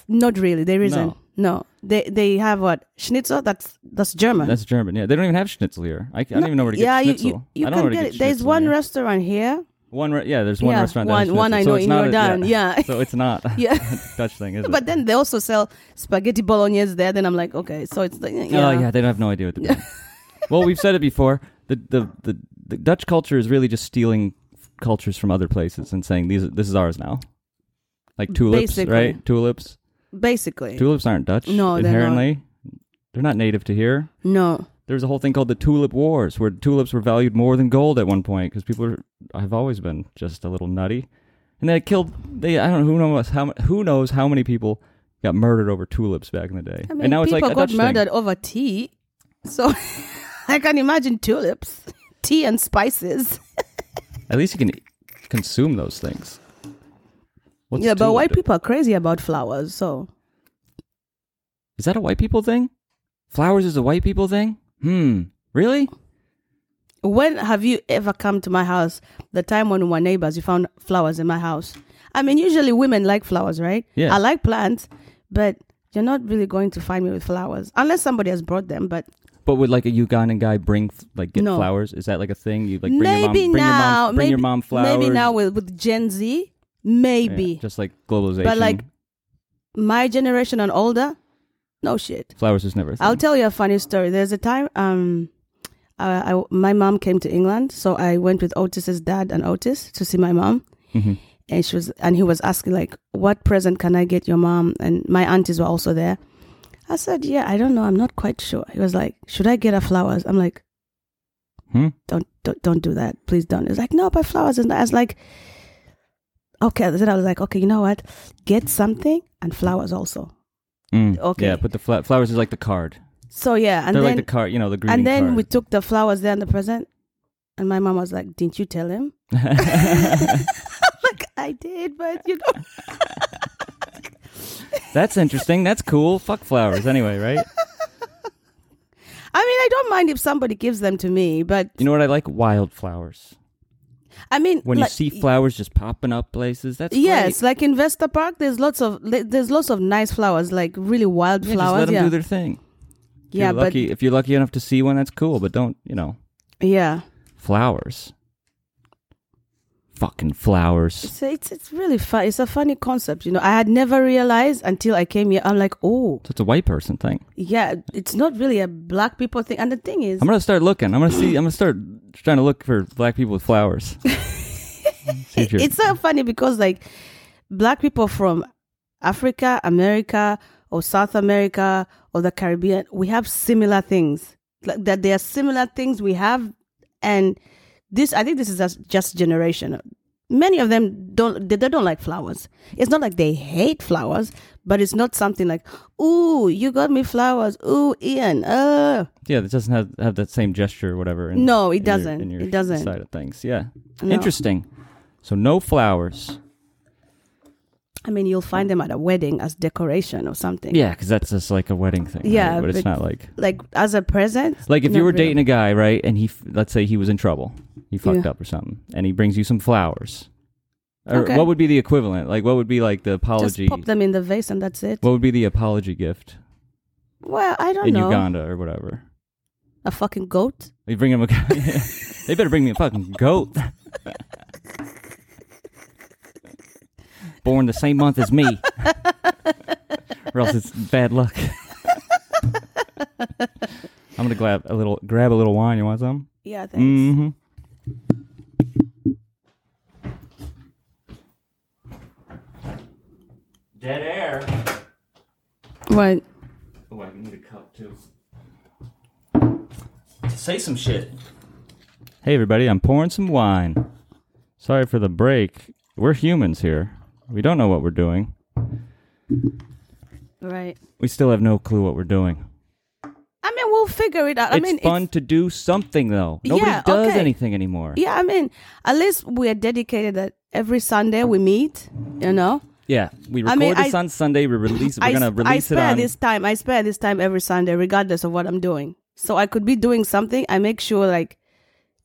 C: Not really. There isn't.
B: No.
C: No. They they have what schnitzel. That's that's German.
B: That's German. Yeah, they don't even have schnitzel here. I, I don't
C: No,
B: even know where to get
C: yeah, you-
B: schnitzel.
C: you, you
B: I don't
C: can
B: know where
C: get
B: to get
C: it. There's
B: schnitzel
C: one
B: here.
C: restaurant here.
B: one re- yeah, there's one
C: Yeah,
B: restaurant. that has
C: one- one
B: schnitzel.
C: I
B: So
C: know
B: it's
C: in
B: not a-
C: Jordan, yeah.
B: so it's not
C: Yeah.
B: Dutch thing, is it?
C: But then they also sell spaghetti bolognese there. Then I'm like, okay, so it's the, yeah.
B: Oh yeah, they don't have no idea what they're doing. well, we've said it before. The, the the the Dutch culture is really just stealing cultures from other places and saying these this is ours now. Like tulips,
C: Basically.
B: right? Tulips.
C: Basically,
B: Tulips aren't Dutch.
C: No, they're
B: inherently, they're not native to here.
C: no.
B: There was a whole thing called the Tulip Wars, where tulips were valued more than gold at one point because people are, have always been just a little nutty, and they killed. They I don't know who knows how mu- who knows how many people got murdered over tulips back in the day.
C: I mean,
B: and now it's
C: people
B: like a
C: got
B: Dutch
C: murdered
B: thing.
C: over tea. So I can imagine tulips, tea and spices.
B: At least you can consume those things. What's
C: yeah, but
B: tulip
C: white
B: do?
C: people are crazy about flowers. So
B: is that a white people thing? Flowers is a white people thing. Hmm. Really?
C: When have you ever come to my house? The time when we were neighbors, you found flowers in my house. I mean, usually women like flowers, right?
B: Yeah.
C: I like plants, but you're not really going to find me with flowers unless somebody has brought them. But
B: But would like a Ugandan guy bring f- like get
C: No.
B: flowers? Is that like a thing? You like bring your mom,
C: maybe
B: bring
C: now,
B: your mom, bring
C: maybe,
B: your mom flowers.
C: Maybe now with, with Gen Z,
B: Yeah,
C: maybe.
B: just like globalization.
C: but like my generation and older, no shit.
B: flowers is never. A thing.
C: I'll tell you a funny story. There's a time um, I, I, my mom came to England, so I went with Otis's dad and Otis to see my mom,
B: Mhm.
C: and she was and he was asking like, "What present can I get your mom?" And my aunties were also there. I said, "Yeah, I don't know. I'm not quite sure." He was like, "Should I get her flowers?" I'm like,
B: Hmm?
C: "Don't don't don't do that. Please don't." He's like, "No, but flowers." And I was like, "Okay." Then I was like, "Okay, you know what? Get something and flowers also."
B: Mm,
C: okay.
B: Yeah, but the fla- flowers is like the card.
C: So yeah, and
B: They're
C: then
B: like the card. You know, the greeting
C: and then
B: card.
C: we took the flowers there and the present and my mom was like didn't you tell him like i did but you know
B: That's interesting. That's cool. Fuck flowers anyway, right?
C: I mean, I don't mind if somebody gives them to me, but
B: You know what I like? Wildflowers.
C: I mean,
B: When you
C: like-
B: see flowers just popping up places, that's
C: Yes,
B: great.
C: like in Vesta Park, there's lots of le- there's lots of nice flowers, like really wild
B: yeah, just
C: flowers.
B: let them
C: yeah,
B: do their thing. If
C: yeah,
B: you're
C: but
B: lucky, if you're lucky enough to see one, that's cool. But don't you know
C: yeah,
B: flowers? Fucking flowers.
C: so it's it's really fun. It's a funny concept, you know. I had never realized until I came here. I'm like, oh,
B: That's a white person thing.
C: yeah, it's not really a black people thing. And the thing is,
B: I'm gonna start looking. I'm gonna see. I'm gonna start trying to look for black people with flowers. See if you're-
C: it's so funny because like black people from Africa, America, or South America or the Caribbean, we have similar things. Like that there are similar things we have and this I think this is just- just generation. Many of them don't they, they don't like flowers. It's not like they hate flowers, but it's not something like, "Ooh, you got me flowers. Ooh, Ian." Uh,
B: yeah, it doesn't have, have that same gesture or whatever. in-
C: No, it
B: in your-
C: doesn't.
B: in your
C: It doesn't.
B: Side of things, yeah.
C: No.
B: Interesting. So no flowers.
C: I mean, you'll find them at a wedding as decoration or something.
B: Yeah, because that's just like a wedding thing. right?
C: Yeah,
B: but it's
C: but-
B: not like
C: Like as a present.
B: like if
C: Not
B: you were
C: really.
B: dating a guy, right? And he, f- let's say he was in trouble, he fucked
C: Yeah.
B: up or something, and he brings you some flowers. Or
C: Okay.
B: what would be the equivalent? Like what would be like the apology?
C: Just pop them in the vase and that's it.
B: What would be the apology gift
C: Well, I don't
B: in
C: know.
B: Uganda or whatever?
C: A fucking goat?
B: They bring him a. they better bring me a fucking goat. Born the same month as me, or else it's bad luck. I'm gonna grab a little, grab a little wine. You want some?
C: Yeah, thanks.
B: Mm-hmm. Dead air.
C: What?
B: Oh, I need a cup too. Say some shit. Hey, everybody, I'm pouring some wine. Sorry for the break. We're humans here. We don't know what we're doing.
C: Right.
B: We still have no clue what we're doing.
C: I mean, we'll figure it out. I
B: it's
C: mean,
B: fun to do something, though. Nobody
C: Yeah,
B: does
C: okay.
B: anything anymore.
C: yeah, I mean, at least we are dedicated that every Sunday we meet, you know?
B: Yeah, we record
C: I mean,
B: this
C: I-
B: on Sunday. We release. We're
C: I,
B: gonna
C: sp- I
B: release it
C: spare
B: on.
C: this time. I spare this time every Sunday, regardless of what I'm doing. So I could be doing something. I make sure, like,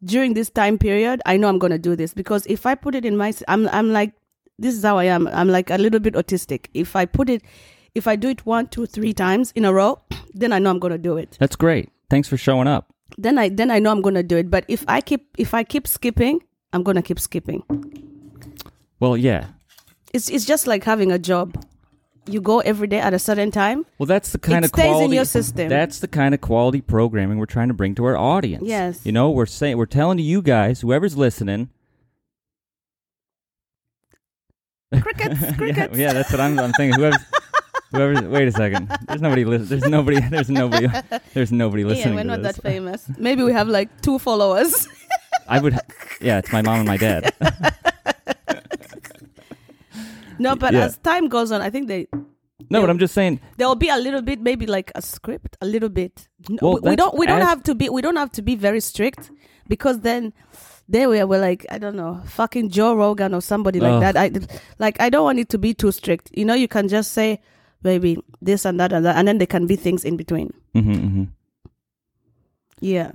C: during this time period, I know I'm going to do this because if I put it in my, s- I'm, I'm like, this is how I am. I'm like a little bit autistic. If I put it, if I do it one, two, three times in a row, then I know I'm going to do it.
B: That's great. Thanks for showing up.
C: Then I, then I know I'm going to do it. But if I keep, if I keep skipping, I'm going to keep skipping.
B: Well, yeah.
C: It's, it's just like having a job. You go every day at a certain time.
B: Well, that's the kind
C: It
B: of
C: stays in
B: quality.
C: your system.
B: That's the kind of quality programming we're trying to bring to our audience.
C: Yes.
B: You know, we're saying we're telling you guys, whoever's listening.
C: Crickets,
B: Yeah,
C: crickets.
B: yeah, that's what I'm, I'm thinking. Whoever's, whoever's, wait a second. There's nobody. Li- there's nobody. There's nobody. There's nobody
C: Yeah,
B: listening.
C: we're
B: to
C: not
B: this.
C: that famous. Maybe we have like two followers.
B: I would. Yeah, it's my mom and my dad.
C: no, but
B: Yeah.
C: as time goes on, I think they
B: No, but I'm just saying.
C: there will be a little bit, maybe like a script, a little bit. No,
B: Well,
C: we- we,
B: that's
C: don't we don't
B: as-
C: have to be we don't have to be very strict because then there we are. We're like I don't know, fucking Joe Rogan or somebody like
B: Ugh.
C: that. I like I don't want it to be too strict. You know, you can just say maybe this and that and that, and then there can be things in between.
B: hmm hmm
C: Yeah.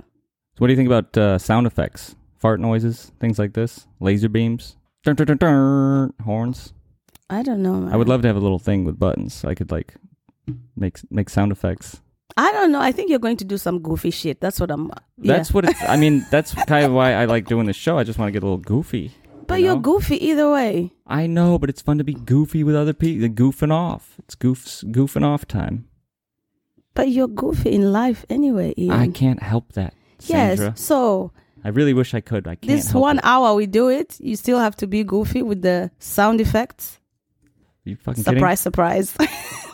B: So what do you think about uh, sound effects, fart noises, things like this, laser beams, dun, dun, dun, dun, horns?
C: I don't know. Man.
B: I would love to have a little thing with buttons. So I could like make make sound effects.
C: I don't know. I think you're going to do some goofy shit. That's what I'm. yeah.
B: That's what it's. I mean, that's kind of why I like doing the show. I just want to get a little goofy.
C: But
B: you
C: you're
B: know?
C: goofy either way.
B: I know, but it's fun to be goofy with other people. The goofing off. It's goofs goofing off time.
C: But you're goofy in life anyway, Ian.
B: I can't help that,
C: yes.
B: Sandra.
C: So
B: I really wish I could. I can't.
C: this
B: help
C: one
B: it.
C: hour we do it, you still have to be goofy with the sound effects.
B: you fucking kidding?
C: surprise, surprise.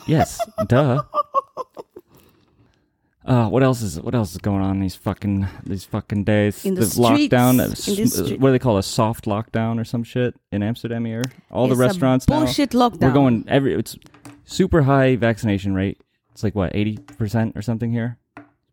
B: Yes. duh. Uh, what else is what else is going on these fucking these fucking days?
C: In the
B: This lockdown, uh,
C: streets, in the
B: s- uh,
C: street-
B: what do they call it, a soft lockdown or some shit in Amsterdam here? All
C: It's
B: the
C: a
B: restaurants now.
C: bullshit lockdown.
B: We're going every. It's super high vaccination rate. It's like what eighty percent or something here.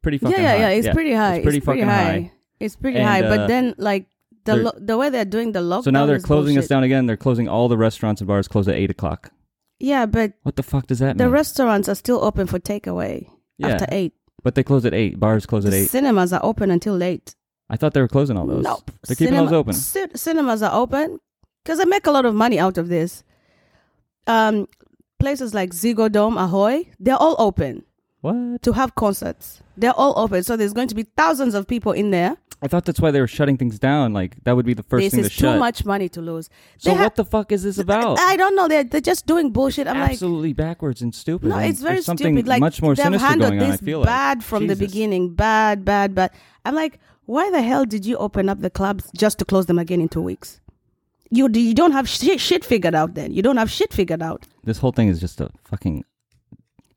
B: Pretty fucking
C: yeah, yeah,
B: high.
C: yeah. It's pretty high.
B: It's pretty fucking high.
C: It's pretty
B: And,
C: high.
B: uh,
C: But then, like the
B: they're-
C: lo- the way they're doing the lockdown.
B: So now they're
C: is
B: closing us
C: bullshit.
B: down again. They're closing all the restaurants and bars. Close at eight o'clock.
C: Yeah, but
B: What the fuck does that
C: the
B: mean?
C: restaurants are still open for takeaway
B: Mm. Yeah.
C: after eight.
B: but they close at eight. Bars close at
C: The
B: eight.
C: cinemas are open until late.
B: I thought they were closing all those.
C: Nope.
B: They're keeping
C: Cinema-
B: those open.
C: ci- cinemas are open because I make a lot of money out of this. Um, places like Zigo Dome, Ahoy, they're all open
B: What?
C: to have concerts. They're all open, so there's going to be thousands of people in there.
B: I thought that's why they were shutting things down. Like that would be the first
C: this
B: thing
C: is
B: to
C: too
B: shut.
C: much money to lose.
B: so
C: They ha-
B: what the fuck is this about?
C: I, I don't know. They're, they're just doing bullshit. I'm like,
B: Absolutely backwards and stupid.
C: No,
B: and
C: it's very
B: there's something
C: stupid. Like
B: much more
C: they've
B: sinister
C: handled
B: going
C: this
B: on. I feel
C: bad
B: like.
C: from the
B: Jesus.
C: beginning, bad, bad, bad. I'm like, why the hell did you open up the clubs just to close them again in two weeks? You do- you don't have shit, shit figured out. Then you don't have shit figured out.
B: This whole thing is just a fucking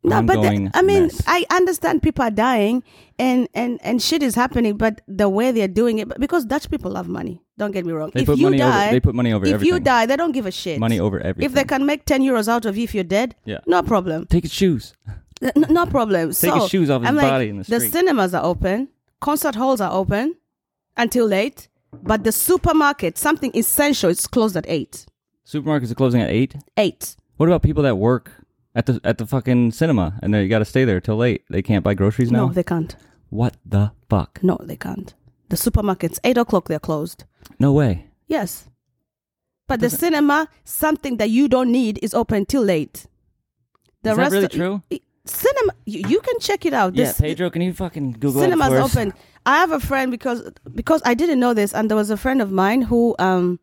C: No, but
B: ongoing
C: the, I mean,
B: mess.
C: I understand people are dying and and and shit is happening, but the way they're doing it, but- because Dutch people love money. Don't get me wrong.
B: They
C: if
B: put
C: you
B: money over-
C: die,
B: they put money over
C: If you
B: everything.
C: die, they don't give a shit.
B: money over
C: If
B: everything.
C: they can make ten euros out of you if you're dead,
B: Yeah.
C: no problem.
B: take his shoes.
C: N- no problem.
B: Take
C: so,
B: his shoes off his
C: I'm like,
B: body in the street.
C: cinemas are open, concert halls are open until late, but the supermarket, something essential, is closed at eight.
B: Supermarkets are closing at eight.
C: Eight.
B: What about people that work at the at the fucking cinema and they got to stay there till late? They can't buy groceries now.
C: No, they can't.
B: what the fuck?
C: No, they can't. The supermarkets, eight o'clock, they're closed.
B: No way.
C: Yes. But the cinema, something that you don't need, is open till late.
B: Is that really
C: of-
B: true?
C: i- Cinema, you, you can check it out.
B: Yeah,
C: This-
B: Pedro, can you fucking Google it
C: cinemas
B: for us?
C: open. I have a friend because because I didn't know this, and there was a friend of mine who um,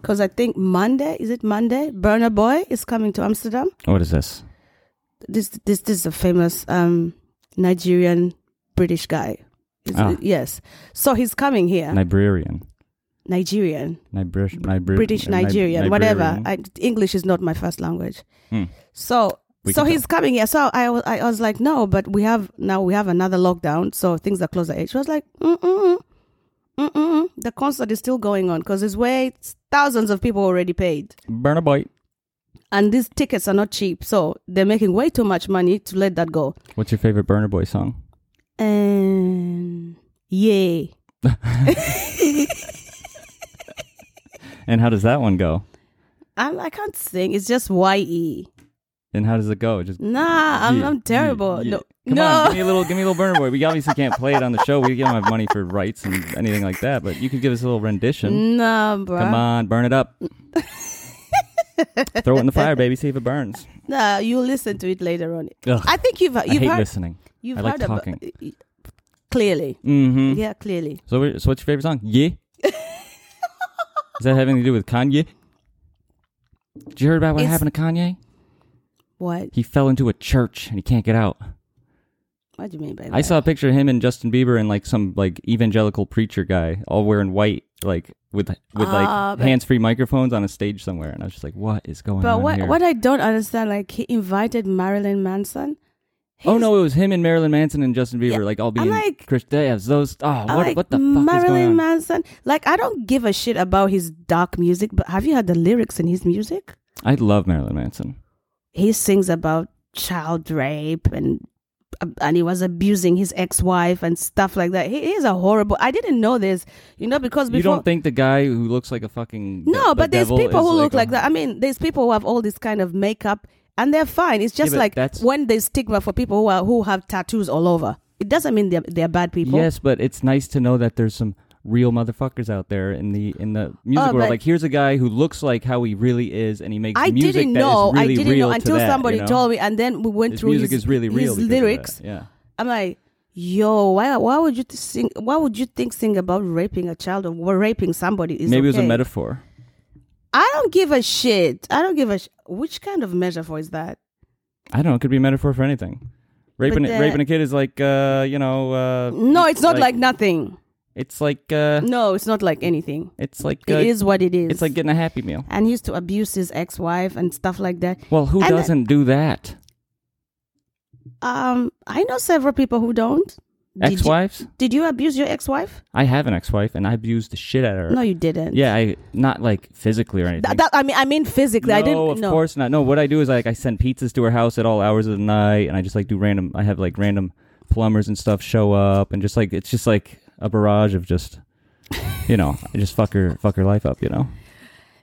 C: because I think Monday is it Monday? Burner Boy is coming to Amsterdam.
B: What is this?
C: This this this is a famous um Nigerian British guy. Is-
B: Ah.
C: Yes, so he's coming here.
B: Nigerian.
C: Nigerian,
B: Nibri- Nibri-
C: British,
B: Nib-
C: Nigerian, whatever.
B: Nigerian.
C: I, English is not my first language.
B: Hmm.
C: So
B: We
C: so
B: can
C: he's coming here. So I, wa- I was like, no, but we have now we have another lockdown, so things are closed at eight. She was like, mm mm mm mm. The concert is still going on because it's way thousands of people already paid,
B: Burn a bite.
C: and these tickets are not cheap, so they're making way too much money to let that go.
B: What's your favorite Burner Boy song?
C: And yay.
B: And how does that one go?
C: I'm, I can't sing. It's just E. YE.
B: And how does it go? It Just
C: Nah, I'm,
B: Yeah,
C: I'm terrible.
B: yeah, yeah.
C: No,
B: Come
C: no.
B: on, give me a little, give me a little Burner Boy. We obviously can't play it on the show. We don't have money for rights and anything like that. But you could give us a little
C: Mm,
B: rendition.
C: Nah, bro.
B: Come on, burn it up. Throw it in the fire, baby. See if it burns.
C: Nah, you'll listen to it later on.
B: Ugh,
C: I think you've
B: I
C: you've
B: hate
C: heard
B: listening.
C: you've
B: I like
C: heard
B: talking.
C: about clearly.
B: Mm-hmm.
C: Yeah, clearly.
B: So, we- so what's your favorite song? Yeah. Does that have anything to do with Kanye? Did you hear about what
C: It's-
B: happened to Kanye?
C: What?
B: He fell into a church and he can't get out.
C: What do you mean by that?
B: I saw a picture of him and Justin Bieber and like some like evangelical preacher guy, all wearing white, like with with
C: Ah,
B: like
C: but-
B: hands free microphones on a stage somewhere, and I was just like, "What is going
C: But
B: on
C: what
B: here?"
C: what I don't understand, like he invited Marilyn Manson.
B: oh
C: He's-
B: no, it was him and Marilyn Manson and Justin Bieber,
C: Yeah,
B: like all
C: I'm
B: being
C: like-
B: Chris Davis. Those oh,
C: I'm
B: what,
C: like,
B: what the fuck is going
C: Marilyn
B: on?
C: Manson? Like I don't give a shit about his dark music, but have you heard the lyrics in his music?
B: I love Marilyn Manson.
C: He sings about child rape and and he was abusing his ex-wife and stuff like that. He he is a horrible. I didn't know this, you know, because before
B: you don't think the guy who looks like a fucking de-
C: No,
B: the
C: but there's
B: devil
C: people
B: is
C: who look
B: a-
C: like that. I mean, there's people who have all this kind of makeup and they're fine. It's just
B: but
C: like
B: that's-
C: when there's stigma for people who are who have tattoos all over. It doesn't mean they're they're bad people.
B: Yes, but it's nice to know that there's some real motherfuckers out there in the in the music
C: Oh,
B: world.
C: but-
B: Like here's a guy who looks like how he really is, and he makes
C: I
B: music
C: didn't
B: that is
C: know. I
B: really
C: didn't
B: real
C: know
B: to
C: until
B: that,
C: somebody
B: you know?
C: told me, and then we went
B: His
C: through
B: music
C: his,
B: is really real. because of
C: his
B: that,
C: lyrics.
B: yeah.
C: I'm like, yo, why why would you th- sing? Why would you think sing about raping a child or wa- raping somebody? Is
B: Maybe it was a
C: okay?
B: metaphor.
C: I don't give a shit. I don't give a sh- which kind of measure for is that?
B: I don't know. It could be a metaphor for anything. Raping
C: But the-
B: raping a kid is like uh, you know uh,
C: No, it's not like, nothing.
B: it's like uh,
C: No, it's not like anything.
B: it's like uh,
C: It is what it is.
B: it's like getting a happy meal.
C: and he used to abuse his ex-wife and stuff like that.
B: Well, who
C: And-
B: doesn't do that?
C: Um, I know several people who don't. Did you-
B: Ex-wives?
C: Did you abuse your ex-wife?
B: I have an ex-wife, and I abused the shit out of her.
C: No, you didn't.
B: Yeah, I not like physically or anything.
C: Th- that- I mean, I mean physically.
B: no,
C: I didn't.
B: of
C: no.
B: course not. No, what I do is like I send pizzas to her house at all hours of the night, and I just like do random. I have like random plumbers and stuff show up, and just like it's just like a barrage of just, you know, I just fuck her, fuck her life up, you know.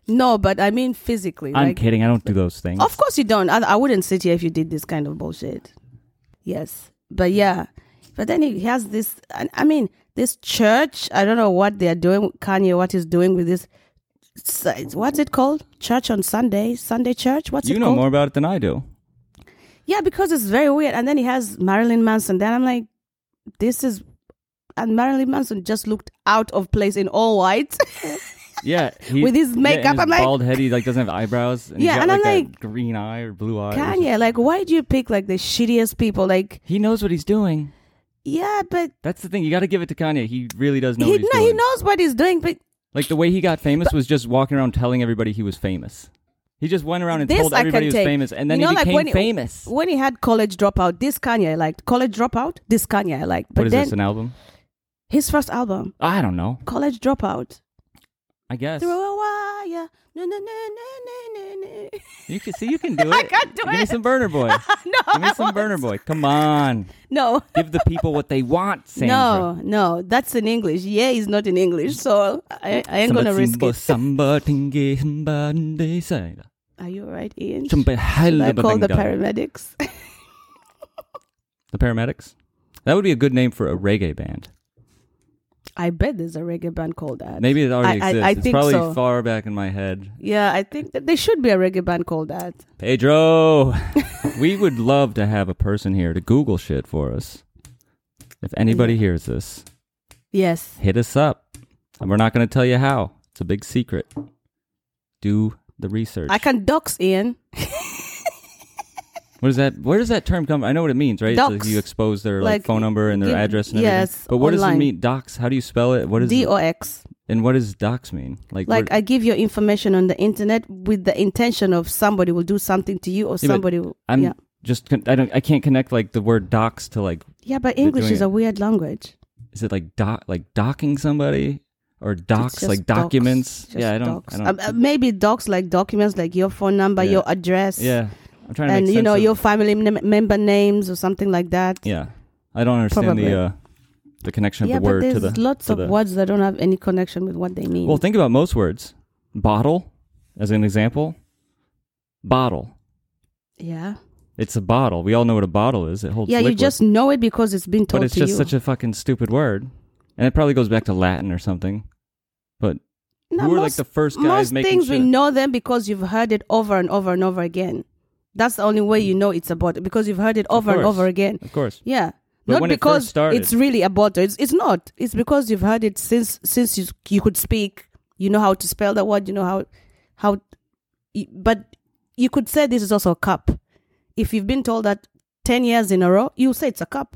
C: No, but I mean physically.
B: I'm
C: like,
B: kidding. I don't do those things.
C: Of course you don't. I, I wouldn't sit here if you did this kind of bullshit. Yes. But yeah. But then he has this, I I mean, this church, I don't know what they're doing, Kanye, what he's doing with this. s- What's it called? Church on Sunday? Sunday church? What's
B: you
C: it
B: know
C: called?
B: more about it than I do.
C: Yeah, because it's very weird. And then he has Marilyn Manson. Then I'm like, this is. And Marilyn Manson just looked out of place in all white.
B: Yeah, he-
C: With his
B: yeah,
C: makeup,
B: and his
C: I'm like-
B: bald head. He like doesn't have eyebrows. And he's
C: Yeah,
B: got,
C: and I'm
B: that
C: like,
B: green eye or blue eye. or something.
C: Kanye, like, why do you pick like the shittiest people? Like,
B: He knows what he's doing.
C: yeah, but
B: That's the thing. You got to give it to Kanye. He really does know
C: he,
B: what he's
C: no,
B: doing.
C: he knows what he's doing, but
B: Like the way he got famous was just walking around telling everybody he was famous. He just went around and
C: this
B: told
C: I can
B: everybody he was
C: take.
B: famous, and then
C: you
B: he
C: know,
B: became
C: like when he-
B: famous.
C: when he had college dropout, this Kanye I liked. College dropout, this Kanye I liked. But
B: what is
C: then
B: this? An album?
C: his first album,
B: I don't know.
C: college dropout,
B: I guess
C: through a wire, no, no, no, no, no, no, no.
B: you can see you can do it.
C: I can't do
B: Give me
C: it.
B: some Burner Boy.
C: no,
B: Give me
C: I
B: some
C: won't.
B: Burner Boy. Come on,
C: No,
B: give the people what they want, Sandra.
C: no, no. That's in English. Yeah, is not in English, so I, I ain't gonna
B: Samba,
C: risk
B: simba,
C: it.
B: samba, tingy, himba, nde, saida.
C: Are you alright, Ian? Should
B: Chumba, halda,
C: I call the
B: babinga.
C: paramedics.
B: The paramedics. That would be a good name for a reggae band.
C: I bet there's a reggae band called that.
B: Maybe it already
C: I- I-
B: exists.
C: I
B: it's
C: think
B: probably
C: so.
B: far back in my head.
C: Yeah, I think that there should be a reggae band called that.
B: Pedro, we would love to have a person here to Google shit for us. If anybody hears this,
C: Yes.
B: hit us up. And we're not going to tell you how. It's a big secret. Do the research.
C: I can dox Ian.
B: What is that? Where does that term come? I know what it means, right? It's like
C: Dox.
B: you expose their like,
C: Like,
B: phone number and their
C: give-
B: address and everything.
C: yes,
B: But what does it
C: online.
B: mean? Docs? How do you spell it? What is
C: D O X.
B: and what does docs mean? Like,
C: Like
B: what-
C: I give your information on the internet with the intention of somebody will do something to you or
B: Yeah, but
C: somebody will
B: I'm
C: yeah.
B: just con- I don't I can't connect like the word docs to like
C: Yeah, but
B: they're
C: English
B: doing
C: is
B: it.
C: a weird language.
B: is it like doc like docking somebody or docs
C: It's
B: like
C: just docs.
B: documents?
C: Just
B: yeah, I don't.
C: docs.
B: I don't
C: Um, uh, maybe docs like documents like your phone number,
B: Yeah.
C: your address.
B: yeah, I'm trying to
C: And
B: make
C: you
B: sense
C: know
B: of-
C: your family mem- member names or something like that.
B: yeah. I don't understand
C: Probably.
B: the uh, the connection of
C: Yeah,
B: the word
C: but
B: to
C: there's
B: the
C: lots
B: to
C: of
B: the-
C: words that don't have any connection with what they mean.
B: Well, think about most words. Bottle, as an example, bottle.
C: yeah,
B: It's a bottle. We all know what a bottle is. It holds.
C: yeah, you
B: liquid.
C: just know it because it's been told
B: but it's
C: to
B: just
C: you.
B: such a fucking stupid word, and it probably goes back to Latin or something. But
C: No,
B: who were like
C: most-
B: the first guys
C: most
B: making
C: things we
B: shit?
C: know them because you've heard it over and over and over again. That's the only way you know it's a bottle because you've heard it
B: Of
C: over and
B: course.
C: over again.
B: of course.
C: Yeah.
B: But
C: not
B: when it first
C: because
B: started-
C: it's really a bottle. It's, it's not. It's because you've heard it since since you you could speak. You know how to spell that word. You know how how. y- But you could say this is also a cup. If you've been told that ten years in a row, you'll say it's a cup.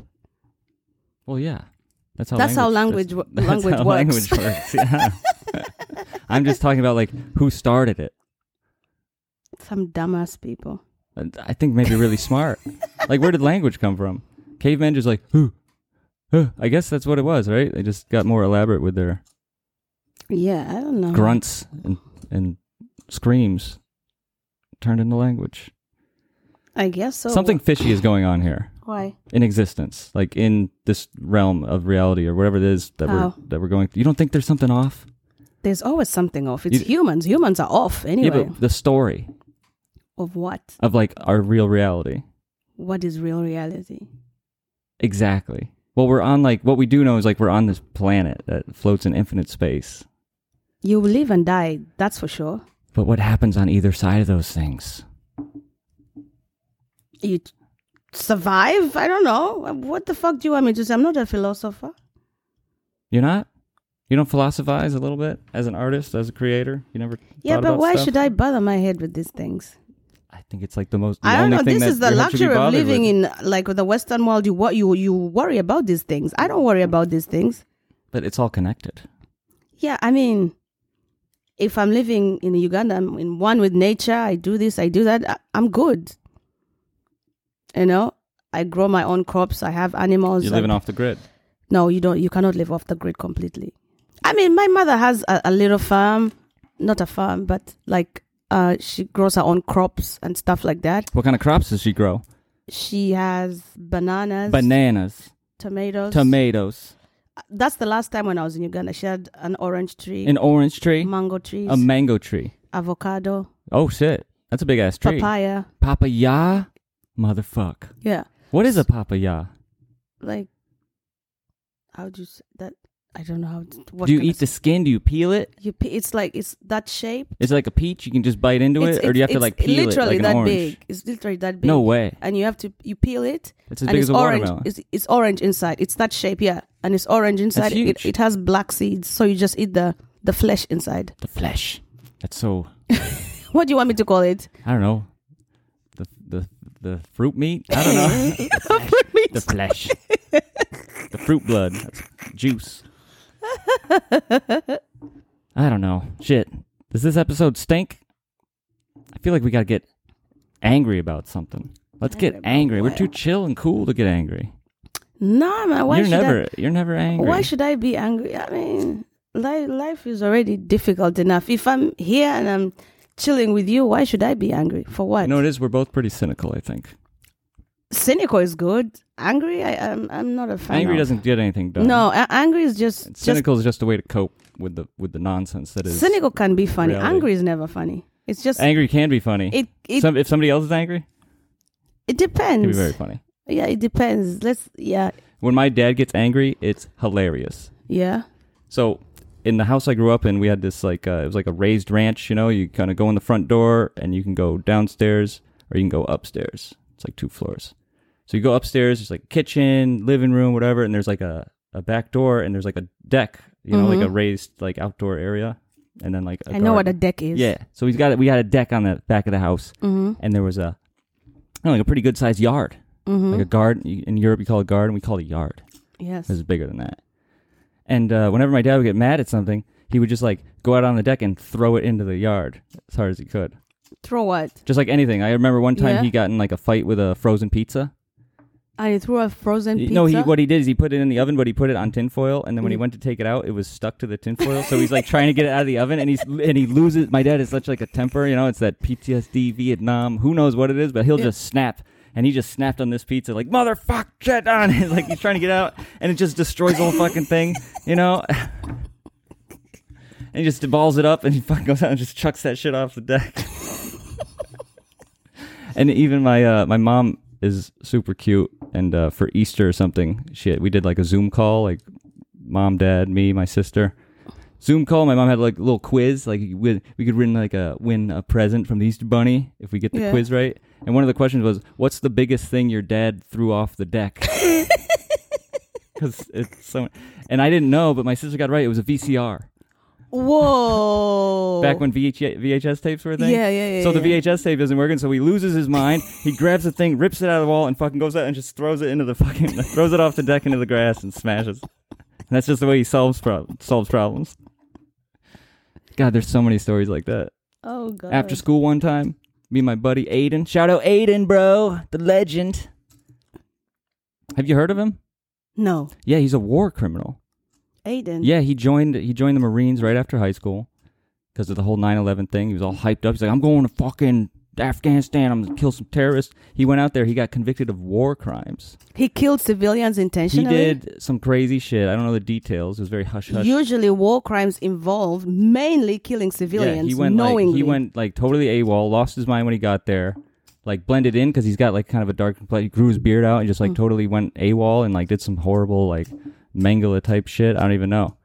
B: Well, yeah, that's how.
C: That's how
B: language,
C: language wo-
B: that's
C: language
B: how
C: works.
B: language works. Yeah. I'm just talking about like who started it.
C: Some dumbass people.
B: And I think maybe really smart. like, where did language come from? Cavemen just like, who? I guess that's what it was, right? They just got more elaborate with their
C: Yeah, I don't know.
B: grunts and, and screams turned into language.
C: I guess so.
B: Something fishy is going on here
C: Why?
B: in existence, like in this realm of reality or whatever it is that we're
C: How?
B: that we're going. You don't think there's something off?
C: There's always something off. It's
B: You-
C: humans. Humans are off anyway.
B: Yeah, but the story
C: of what?
B: of like our real reality.
C: What is real reality?
B: Exactly. Well, we're on like what we do know is like we're on this planet that floats in infinite space.
C: You will live and die. That's for sure.
B: But what happens on either side of those things?
C: you t- survive. I don't know. What the fuck do you want me to say? I'm not a philosopher.
B: You're not? You don't philosophize a little bit as an artist, as a creator? You never
C: Yeah,
B: thought
C: but
B: about
C: why
B: stuff?
C: should I bother my head with these things?
B: I think it's like the most the
C: I don't
B: only
C: know.
B: thing
C: This
B: that
C: is the
B: your head should be
C: luxury of
B: bothered
C: living
B: with.
C: in like the Western world. You what you you worry about these things. I don't worry about these things.
B: But it's all connected.
C: Yeah, I mean, if I'm living in Uganda, I'm in one with nature. I do this, I do that. I, I'm good. You know, I grow my own crops. I have animals.
B: You're
C: I
B: living off the grid.
C: no you don't you cannot live off the grid completely i mean my mother has a, a little farm not a farm but like uh she grows her own crops and stuff like that
B: What kind of crops does she grow?
C: she has bananas
B: Bananas,
C: tomatoes
B: tomatoes,
C: that's the last time when i was in uganda she had an orange tree
B: an orange tree,
C: mango trees
B: a mango tree.
C: avocado,
B: Oh shit, that's a big ass tree.
C: papaya.
B: Papaya, motherfuck.
C: Yeah,
B: What is a papaya?
C: like how do you say that? I don't know how. To, what
B: Do you
C: kind of
B: eat the skin? Do you peel it?
C: You pe- it's like it's that shape.
B: Is it like a peach? You can just bite into
C: it's,
B: it, or do you have to
C: it's-
B: like
C: it's
B: peel it
C: literally
B: like an
C: that
B: orange?
C: big. It's literally that big.
B: No way.
C: And you have to you peel it.
B: It's as
C: and
B: big
C: it's
B: as a
C: orange.
B: watermelon.
C: It's, it's orange inside. It's that shape, yeah. And it's orange inside. It,
B: huge.
C: it has black seeds, so you just eat the the flesh inside.
B: The flesh. That's so.
C: What do you want me to call it?
B: I don't know. The the the fruit meat. I don't know. the flesh. the fruit blood. That's juice. I don't know. Shit. Does this episode stink? I feel like we gotta get angry about something. Let's get angry. We're too chill and cool to get angry.
C: No, man. Why
B: you're
C: should
B: never.
C: I,
B: you're never angry.
C: Why should I be angry? I mean, life life is already difficult enough. If I'm here and I'm chilling with you, why should I be angry for what?
B: You know what it is? We're both pretty cynical. I think
C: Cynical is good. Angry, I am. I'm, not a fan.
B: angry
C: of.
B: doesn't get anything done.
C: No, a- angry is just
B: And
C: just
B: cynical is just a way to cope with the with the nonsense that is.
C: cynical can be funny.
B: reality.
C: Angry is never funny. It's just
B: Angry can be funny.
C: it it,
B: Some, if somebody else is angry,
C: it
B: it can be
C: depends.
B: very funny.
C: Yeah, it depends. Let's yeah
B: When my dad gets angry, it's hilarious.
C: yeah.
B: So in the house I grew up in, we had this like uh, it was like a raised ranch. You know, you kind of go in the front door and you can go downstairs or you can go upstairs. It's like two floors. So you go upstairs. There's like kitchen, living room, whatever, and there's like a a back door and there's like a deck. You know, like a raised like outdoor area, and then like I
C: Mm-hmm. I know what a deck is. Mm-hmm.
B: Yeah. So he's got we had a deck on the back of the house, and there was a I don't know, like a pretty good sized yard,
C: Mm-hmm.
B: like a garden. In Europe, you call it garden. We call it yard.
C: Yes.
B: This is bigger than that. And uh, whenever my dad would get mad at something, he would just like go out on the deck and throw it into the yard as hard as he could,
C: Throw what?
B: just like anything. I remember one time
C: Yeah.
B: he got in like a fight with a frozen pizza.
C: And he threw a frozen pizza. Mm.
B: No, he what he did is he put it in the oven, but he put it on tinfoil, and then when he went to take it out, it was stuck to the tinfoil. so he's like trying to get it out of the oven, and he's and he loses. My dad is such like a temper, you know. It's that PTSD, Vietnam, who knows what it is, but he'll just snap. And he just snapped on this pizza like motherfuck shit on it. like he's trying to get out, and it just destroys the whole fucking thing, you know. and he just balls it up, and he fucking goes out and just chucks that shit off the deck. And even my uh, my mom is super cute. And uh, for Easter or something, shit, we did like a Zoom call, like mom, dad, me, my sister. Zoom call. My mom had like a little quiz, like you win- we could win like a win a present from the Easter Bunny if we get the
C: Yeah.
B: quiz right. And one of the questions was, "What's the biggest thing your dad threw off the deck?" Because it's so, and I didn't know, but my sister got it right. It was a VCR
C: Whoa.
B: back when VH, VHS tapes were a thing.
C: Oh. Yeah, yeah, yeah,
B: So the
C: yeah.
B: VHS tape isn't working, so he loses his mind. he grabs the thing, rips it out of the wall, and fucking goes out and just throws it into the fucking throws it off the deck into the grass and smashes. And that's just the way he solves prob- solves problems. God, there's so many stories like that.
C: Oh god.
B: After school one time, me and my buddy Aiden. Shout out Aiden, bro, the legend. Have you heard of him?
C: No,
B: Yeah, he's a war criminal.
C: Aiden.
B: Yeah, he joined he joined the Marines right after high school because of the whole 9/11 thing. He was all hyped up. He's like, "I'm going to fucking Afghanistan. I'm gonna kill some terrorists." He went out there. He got convicted of war crimes.
C: He killed civilians
B: He
C: intentionally.
B: did some crazy shit. I don't know the details. It was very hush hush.
C: Usually, war crimes involve mainly killing civilians
B: Yeah, he went
C: knowingly.
B: like he went like totally AWOL. Lost his mind when he got there. Like blended in because he's got like kind of a dark complexion. He grew his beard out and just like totally went AWOL and like did some horrible like Mangala type shit. I don't even know.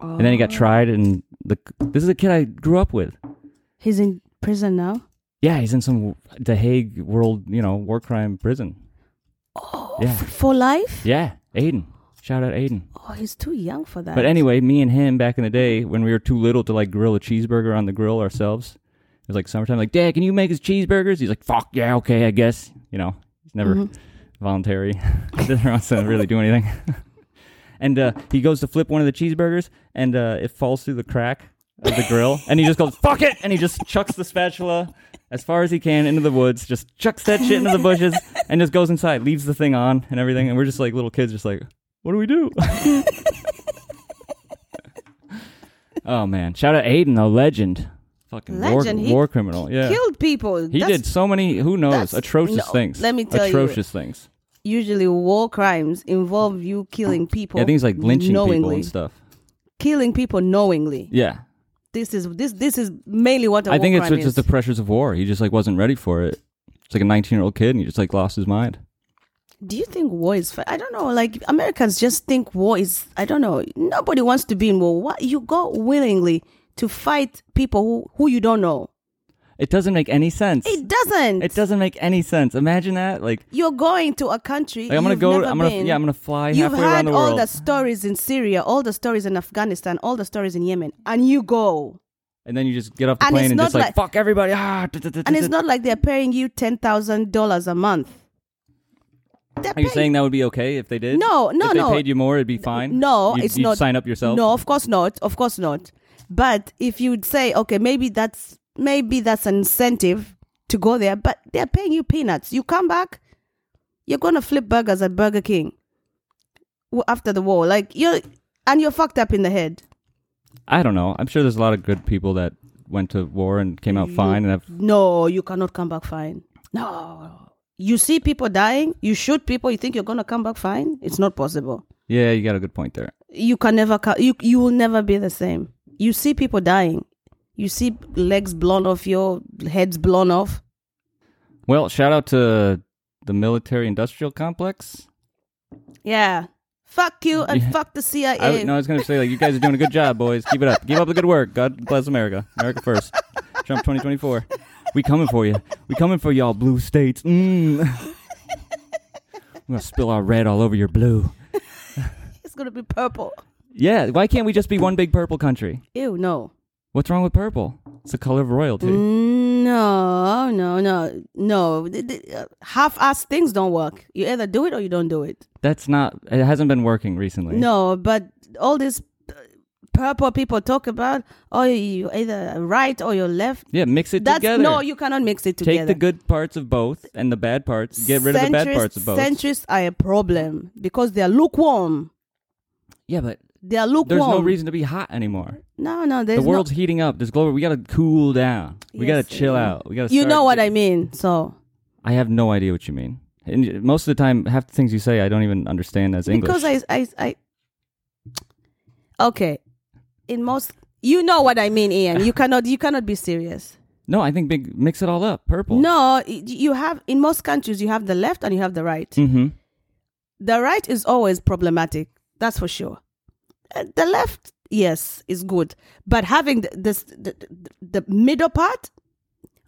B: And then he got tried and the this is a kid I grew up with.
C: He's in prison now.
B: Yeah, he's in some The Hague World, you know, war crime prison. Yeah,
C: For life?
B: yeah, Aiden. Shout out Aiden.
C: Oh, he's too young for that.
B: But anyway, me and him back in the day when we were too little to like grill a cheeseburger on the grill ourselves, it was like summertime. Like, Dad, can you make us cheeseburgers? He's like, Fuck yeah, okay, I guess. You know, he's never voluntary. Doesn't want to really do anything. and uh, he goes to flip one of the cheeseburgers, and uh, it falls through the crack of the grill, and he just goes "fuck it," and he just chucks the spatula as far as he can into the woods, just chucks that shit into the bushes, and just goes inside, leaves the thing on and everything, and we're just like little kids, just like, "What do we do?" oh man, shout out Aiden, though, legend, fucking war-
C: Legend,
B: war,
C: he
B: criminal, yeah.
C: killed people.
B: he
C: That's
B: did so many, who knows,
C: that's-
B: atrocious
C: no,
B: things.
C: let me tell you.
B: atrocious things.
C: Usually, war crimes involve you killing people.
B: Yeah, things like lynching
C: knowingly.
B: people and stuff.
C: Killing people knowingly.
B: Yeah,
C: This is this this is mainly what a
B: I think
C: war
B: it's
C: crime
B: just the
C: is.
B: pressures of war. He just like wasn't ready for it. It's like a 19 year old kid, and he just like lost his mind.
C: Do you think war is? Fa- I don't know. Like Americans just think war is. I don't know. Nobody wants to be in war. What you go willingly to fight people who who you don't know.
B: It doesn't make any sense.
C: It doesn't.
B: It doesn't make any sense. Imagine that. Like,
C: You're going to a country.
B: like I'm gonna
C: you've
B: go.
C: never
B: I'm gonna
C: been.
B: yeah. I'm gonna fly
C: You've
B: halfway around
C: heard
B: the
C: all
B: world,
C: the stories in Syria, all the stories in Afghanistan, all the stories in Yemen, and you go.
B: and then you just get off the
C: and
B: plane
C: it's
B: and
C: not
B: just like,
C: like-
B: fuck everybody. Ah, duh, duh, duh,
C: And
B: duh,
C: it's
B: duh.
C: not like they're paying you ten thousand dollars a month. They're
B: Are you
C: paying-
B: saying that would be okay if they did?
C: No, no,
B: if they
C: no.
B: paid you more, it'd be fine.
C: No,
B: You'd-
C: it's
B: you'd
C: not.
B: Sign up yourself.
C: No, of course not. Of course not. But if you'd say, okay, maybe that's maybe that's an incentive to go there, but they're paying you peanuts. You come back, you're gonna flip burgers at Burger King w- after the war, like you're and you're fucked up in the head.
B: I don't know. I'm sure there's a lot of good people that went to war and came
C: Mm.
B: out fine and have
C: No, you cannot come back fine. No. You see people dying, you shoot people, you think you're gonna come back fine? It's not possible.
B: Yeah, you got a good point there.
C: you can never co- you you will never be the same. You see people dying, you see legs blown off, your heads blown off.
B: Well, shout out to the military industrial complex.
C: Yeah, fuck you and fuck the CIA.
B: I, no, I was going to say, like, you guys are doing a good job, boys. Keep it up. Keep up the good work. God bless America. America first. Trump 2024. We coming for you. We coming for y'all blue states. Mm. I'm going to spill our red all over your blue.
C: It's gonna be purple.
B: Yeah, why can't we just be one big purple country?
C: Ew, no,
B: What's wrong with purple? It's the color of royalty.
C: Mm. no, no, no, no. The- the, uh, Half-ass things don't work. You either do it or you don't do it.
B: That's not, it hasn't been working recently.
C: No, but all these uh, purple people talk about, oh, you either right or you're left.
B: Yeah, mix it
C: That's
B: together.
C: no, you cannot mix it
B: Take
C: together.
B: the good parts of both and the bad parts. Get rid of the bad
C: Centrists-
B: parts of both.
C: Centrists are a problem because they are lukewarm.
B: yeah, but
C: They are lukewarm.
B: there's no reason to be hot anymore.
C: No, no, there's
B: the world's heating up. There's global. We gotta cool down. We
C: Yes,
B: gotta chill
C: yeah.
B: out. We gotta.
C: No, you
B: start
C: know what
B: get-
C: I mean. So
B: I have no idea what you mean. And y- most of the time, half the things you say, I don't even understand as English.
C: because I, I, I. Okay, in most, you know what I mean, Ian. You cannot, you cannot be serious.
B: no, I think big mix it all up. Purple.
C: No, y- you have in most countries you have the left and you have the right.
B: Mm-hmm.
C: The right is always problematic. That's for sure. Uh, The left, yes, is good, but having the, this the, the, the middle part,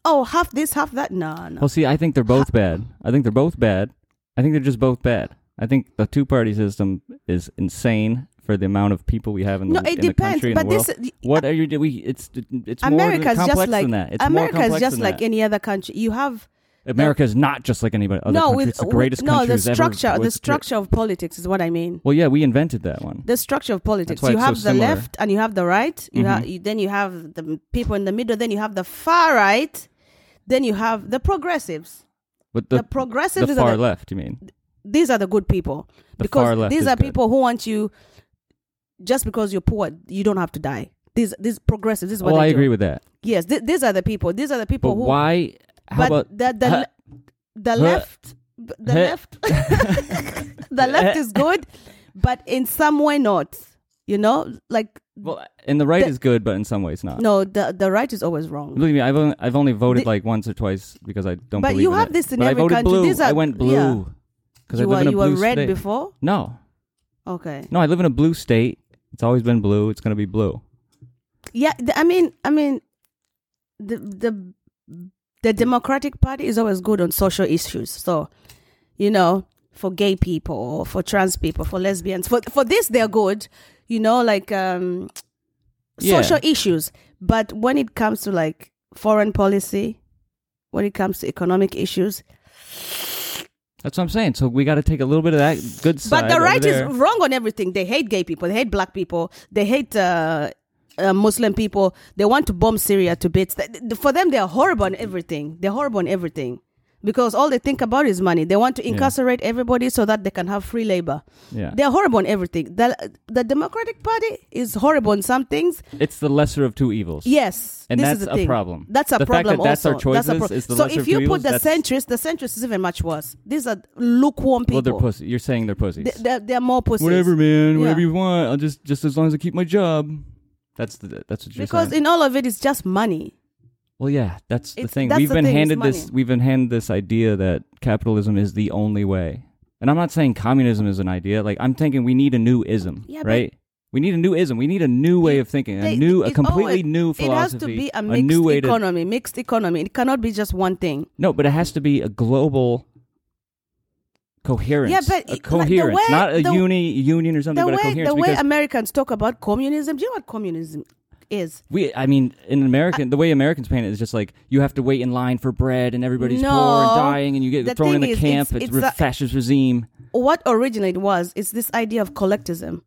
C: oh, half this, half that. No, no.
B: Well, see, I think they're both bad. I think they're both bad. I think they're just both bad. I think the two-party system is insane for the amount of people we have in the,
C: No, it
B: in the
C: depends,
B: country and
C: but
B: the world.
C: this- the-
B: what are you do- We It's it's more
C: America's
B: complex
C: just like
B: than that. It's more
C: America's
B: complex
C: just
B: than
C: like
B: that.
C: any other country. You have
B: America is not just like anybody. Other
C: no
B: country.
C: with
B: it's the greatest
C: no
B: country
C: the
B: who's ever-
C: structure the
B: was-
C: structure of politics is what I mean.
B: Well, yeah, we invented that one.
C: The structure of politics.
B: why
C: You
B: it's so
C: have the
B: similar. Mm-hmm.
C: left and you have the right. You have you, then you have the m- people in the middle. Then you have the far right. Then you have the progressives.
B: But
C: the progressives
B: the far
C: are the-
B: left. You mean?
C: These are the good people
B: The
C: because
B: far left
C: these
B: is
C: are
B: good.
C: people who want you. Just because you're poor, you don't have to die. These these progressives. This is what
B: Well, Oh, I
C: they do.
B: agree with that.
C: Yes, th- these are the people. These are the people
B: But
C: who.
B: why? How
C: but
B: about
C: the the,
B: Huh.
C: the
B: Huh.
C: left b- the
B: Huh.
C: left the left is good but in some way not you know like
B: well? And the right
C: the-
B: is good, but in some ways not.
C: no the the right is always wrong
B: Believe me, I've only, I've only voted
C: The-
B: like once or twice because I don't.
C: But
B: believe
C: you
B: in
C: have
B: it.
C: this in
B: But I
C: every
B: voted
C: country.
B: Blue.
C: These
B: I
C: are-
B: went
C: yeah.
B: blue because I
C: you
B: live in
C: were
B: a
C: you were
B: blue
C: red
B: state.
C: before
B: No,
C: okay
B: no, I live in a blue state. It's always been blue. It's gonna be blue.
C: yeah the, i mean i mean the the the democratic party is always good on social issues so you know for gay people or for trans people for lesbians for for this they're good you know like um
B: Yeah.
C: social issues but when it comes to like foreign policy when it comes to economic issues
B: That's what I'm saying. So we got to take a little bit of that good side.
C: but the
B: over
C: right is
B: there.
C: wrong on everything they hate gay people they hate black people they hate uh, uh, muslim people they want to bomb syria to bits Th- th- for them they're horrible on everything they're horrible on everything because all they think about is money they want to incarcerate everybody so that they can have free labor
B: Yeah.
C: they're horrible on everything the, the democratic party is horrible on some things
B: It's the lesser of two evils.
C: Yes,
B: And
C: this
B: that's
C: is the
B: a
C: thing.
B: problem.
C: That's a
B: The fact
C: problem.
B: that that's
C: also.
B: our
C: a
B: choices is the
C: so
B: lesser of
C: if you
B: two
C: put the
B: evils, that's-
C: centrist, the centrist is even much worse. These are lukewarm people.
B: Well, they're pussy. You're saying they're pussies.
C: They- They're, they're more pussies.
B: whatever, man. Whatever you
C: Yeah.
B: want. I'll just just as long as I keep my job. That's the that's what you're
C: because
B: saying.
C: in all of it, it's just money.
B: well, yeah, that's the
C: It's-
B: thing.
C: that's
B: we've
C: the
B: been
C: thing, is
B: handed this.
C: money.
B: We've been handed this idea that capitalism is the only way. And I'm not saying communism is an idea. Like I'm thinking we need a new ism,
C: Yeah, but-
B: right? We need a new ism. We need a new way of thinking, a
C: They-
B: new, a
C: it's
B: completely
C: always-
B: new philosophy.
C: It has to be a mixed
B: new way to
C: economy. Mixed economy. It cannot be just one thing.
B: No, but it has to be a global coherence.
C: Yeah,
B: a
C: but it- like, the
B: coherence,
C: way-
B: not a
C: the-
B: uni union or something,
C: The
B: but a
C: way
B: coherence.
C: the way
B: because
C: Americans talk about communism. Do you know what communism is?
B: we, I mean, in American, the way Americans paint it is just like you have to wait in line for bread, and everybody's poor and
C: No.
B: dying, and you
C: The
B: get thrown in
C: thing
B: the
C: is,
B: camp.
C: it's-
B: It's,
C: it's
B: a
C: a- Oh,
B: fascist regime.
C: What originally it was is this idea of collectivism.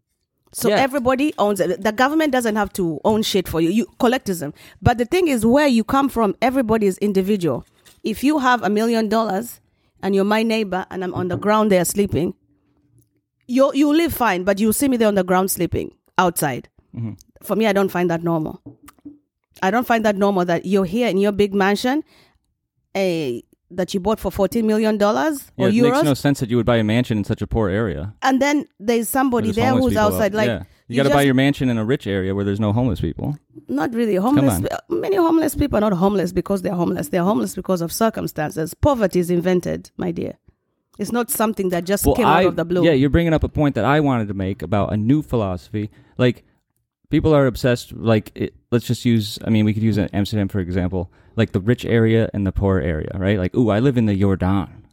C: So
B: Yeah.
C: everybody owns it. The government doesn't have to own shit for you. You collectivism. But the thing is, where you come from, everybody is individual. If you have a million dollars and you're my neighbor and I'm on the ground there sleeping, you you live fine, but you see me there on the ground sleeping outside.
B: Mm-hmm.
C: For me, I don't find that normal. I don't find that normal that you're here in your big mansion, eh, that you bought for fourteen million dollars
B: Yeah,
C: or
B: it
C: euros,
B: makes no sense that you would buy a mansion in such a poor area.
C: and then there's somebody
B: There's
C: there
B: homeless
C: who's
B: people out-
C: outside. Like
B: yeah. you, got to buy
C: just-
B: your mansion in a rich area where there's no homeless people.
C: not really homeless.
B: on.
C: Many homeless people are not homeless because they're homeless. They're homeless because of circumstances. Poverty is invented, my dear. It's not something that just came
B: I,
C: out of the blue.
B: Yeah, you're bringing up a point that I wanted to make about a new philosophy. Like people are obsessed. Like it, let's just use. I mean, we could use Amsterdam for example. Like the rich area and the poor area, right? Like, ooh, I live in the Jordan.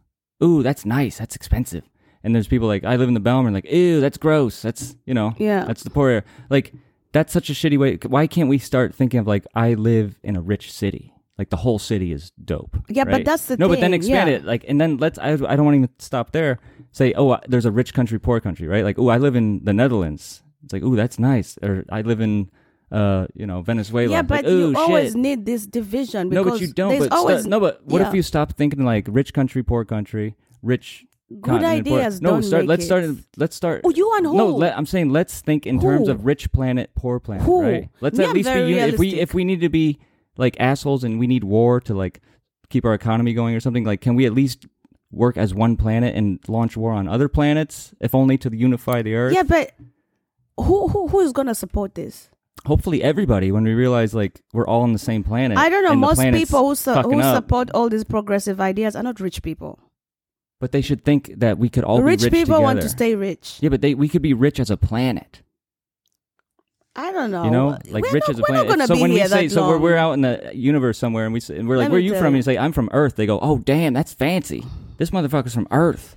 B: Ooh, that's nice. That's expensive. And there's people like I live in the Belmer. Like, ew, that's gross. That's you know,
C: Yeah.
B: that's the poor area. Like that's such a shitty way. Why can't we start thinking of like I live in a rich city? Like the whole city is dope.
C: Yeah, but
B: right?
C: that's the
B: no. But then
C: thing,
B: expand
C: yeah.
B: it like and then let's I, I don't want to even stop there say oh uh, there's a rich country poor country right like oh I live in the Netherlands it's like oh that's nice or I live in uh you know Venezuela
C: Yeah,
B: It's like,
C: but you
B: "Ooh,
C: always
B: shit."
C: need this division
B: no
C: because
B: but you don't
C: there's
B: but sta-
C: always
B: no but what if
C: yeah.
B: you stop thinking like rich country poor country rich continent, poor-
C: ideas
B: no
C: don't
B: start
C: make
B: let's start
C: it.
B: in- let's start
C: Oh, you and
B: no
C: who?
B: let, I'm saying let's think in terms
C: Who?
B: of rich planet poor planet
C: Who?
B: right let's
C: Me,
B: at
C: I'm
B: least be
C: very
B: uni- if we
C: realistic.
B: if we need to be like assholes and we need war to like keep our economy going or something like can we at least work as one planet and launch war on other planets if only to unify the earth
C: Yeah, but who who who is gonna support this?
B: hopefully everybody when we realize like we're all on the same planet
C: I don't know.
B: and the
C: Most
B: planet's
C: people uh, who, su-
B: fucking
C: who
B: up,
C: support all these progressive ideas are not rich people.
B: but they should think that we could all
C: rich
B: be rich
C: people
B: together.
C: want to stay rich.
B: yeah but they we could be rich as a planet
C: I don't know.
B: you know like
C: We're
B: rich
C: not-
B: as a
C: we're
B: planet
C: Not gonna
B: so
C: be
B: when we
C: here
B: say
C: that
B: so we're,
C: long.
B: we're out in the universe somewhere and we say, and we're like
C: Let
B: where are
C: me
B: you
C: tell
B: from and
C: you.
B: you say i'm from earth they go oh damn that's fancy this motherfucker's from earth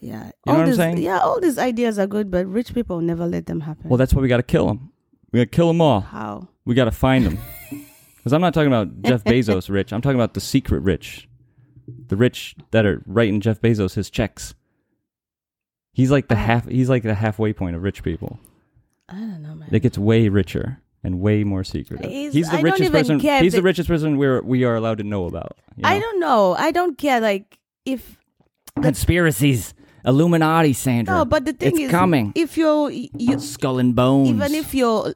C: Yeah.
B: know
C: all
B: what I'm
C: these,
B: saying?
C: Yeah, all these ideas are good, but rich people never let them happen.
B: well that's why we got to kill them we got to kill them all
C: How?
B: We got to find them. Because I'm not talking about Jeff Bezos rich. I'm talking about the secret rich. The rich that are writing Jeff Bezos his checks. He's like the
C: Oh.
B: half he's like the halfway point of rich people.
C: I don't know, man.
B: It gets way richer and way more secretive.
C: He's-
B: the
C: I don't
B: richest
C: even
B: person
C: care if
B: he's the
C: it-
B: richest person we're we are allowed to know about. you
C: I
B: know?
C: don't know. I don't care. Like if
B: conspiracies. Illuminati Sandra.
C: no, but the thing
B: it's
C: is,
B: coming.
C: if you're you,
B: Skull and bones.
C: even if you're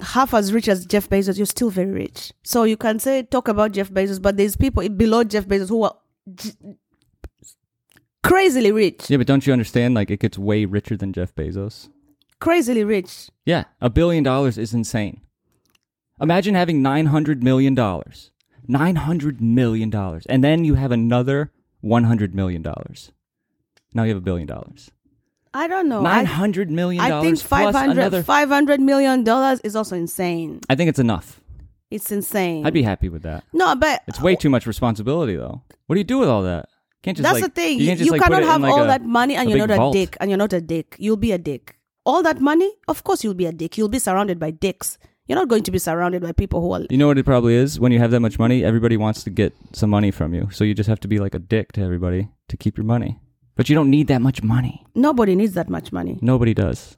C: half as rich as Jeff Bezos, you're still very rich. So you can say talk about Jeff Bezos, but there's people below Jeff Bezos who are j- crazily rich,
B: Yeah, but don't you understand? Like it gets way richer than Jeff Bezos.
C: crazily rich.
B: Yeah, a billion dollars is insane. Imagine having nine hundred million dollars, nine hundred million dollars, and then you have another one hundred million dollars. Now you have a billion dollars.
C: I don't know.
B: Nine
C: Oh, I,
B: hundred million
C: I
B: dollars
C: think
B: plus
C: 500,
B: another.
C: 500 million dollars is also insane.
B: I think it's enough.
C: It's insane.
B: I'd be happy with that.
C: no, but
B: It's way too much responsibility, though. What do you do with all that? Can't just
C: That's
B: like-
C: the thing.
B: You,
C: You,
B: can't just,
C: you
B: like, put
C: cannot
B: it in,
C: have
B: like,
C: all
B: a-
C: that money and
B: a
C: you're
B: big
C: not
B: vault.
C: a dick. And you're not a dick. You'll be a dick. All that money, of course, you'll be a dick. You'll be surrounded by dicks. You're not going to be surrounded by people who are.
B: You know what it probably is? When you have that much money, everybody wants to get some money from you. So you just have to be like a dick to everybody to keep your money. But you don't need that much money.
C: Nobody needs that much money.
B: Nobody does.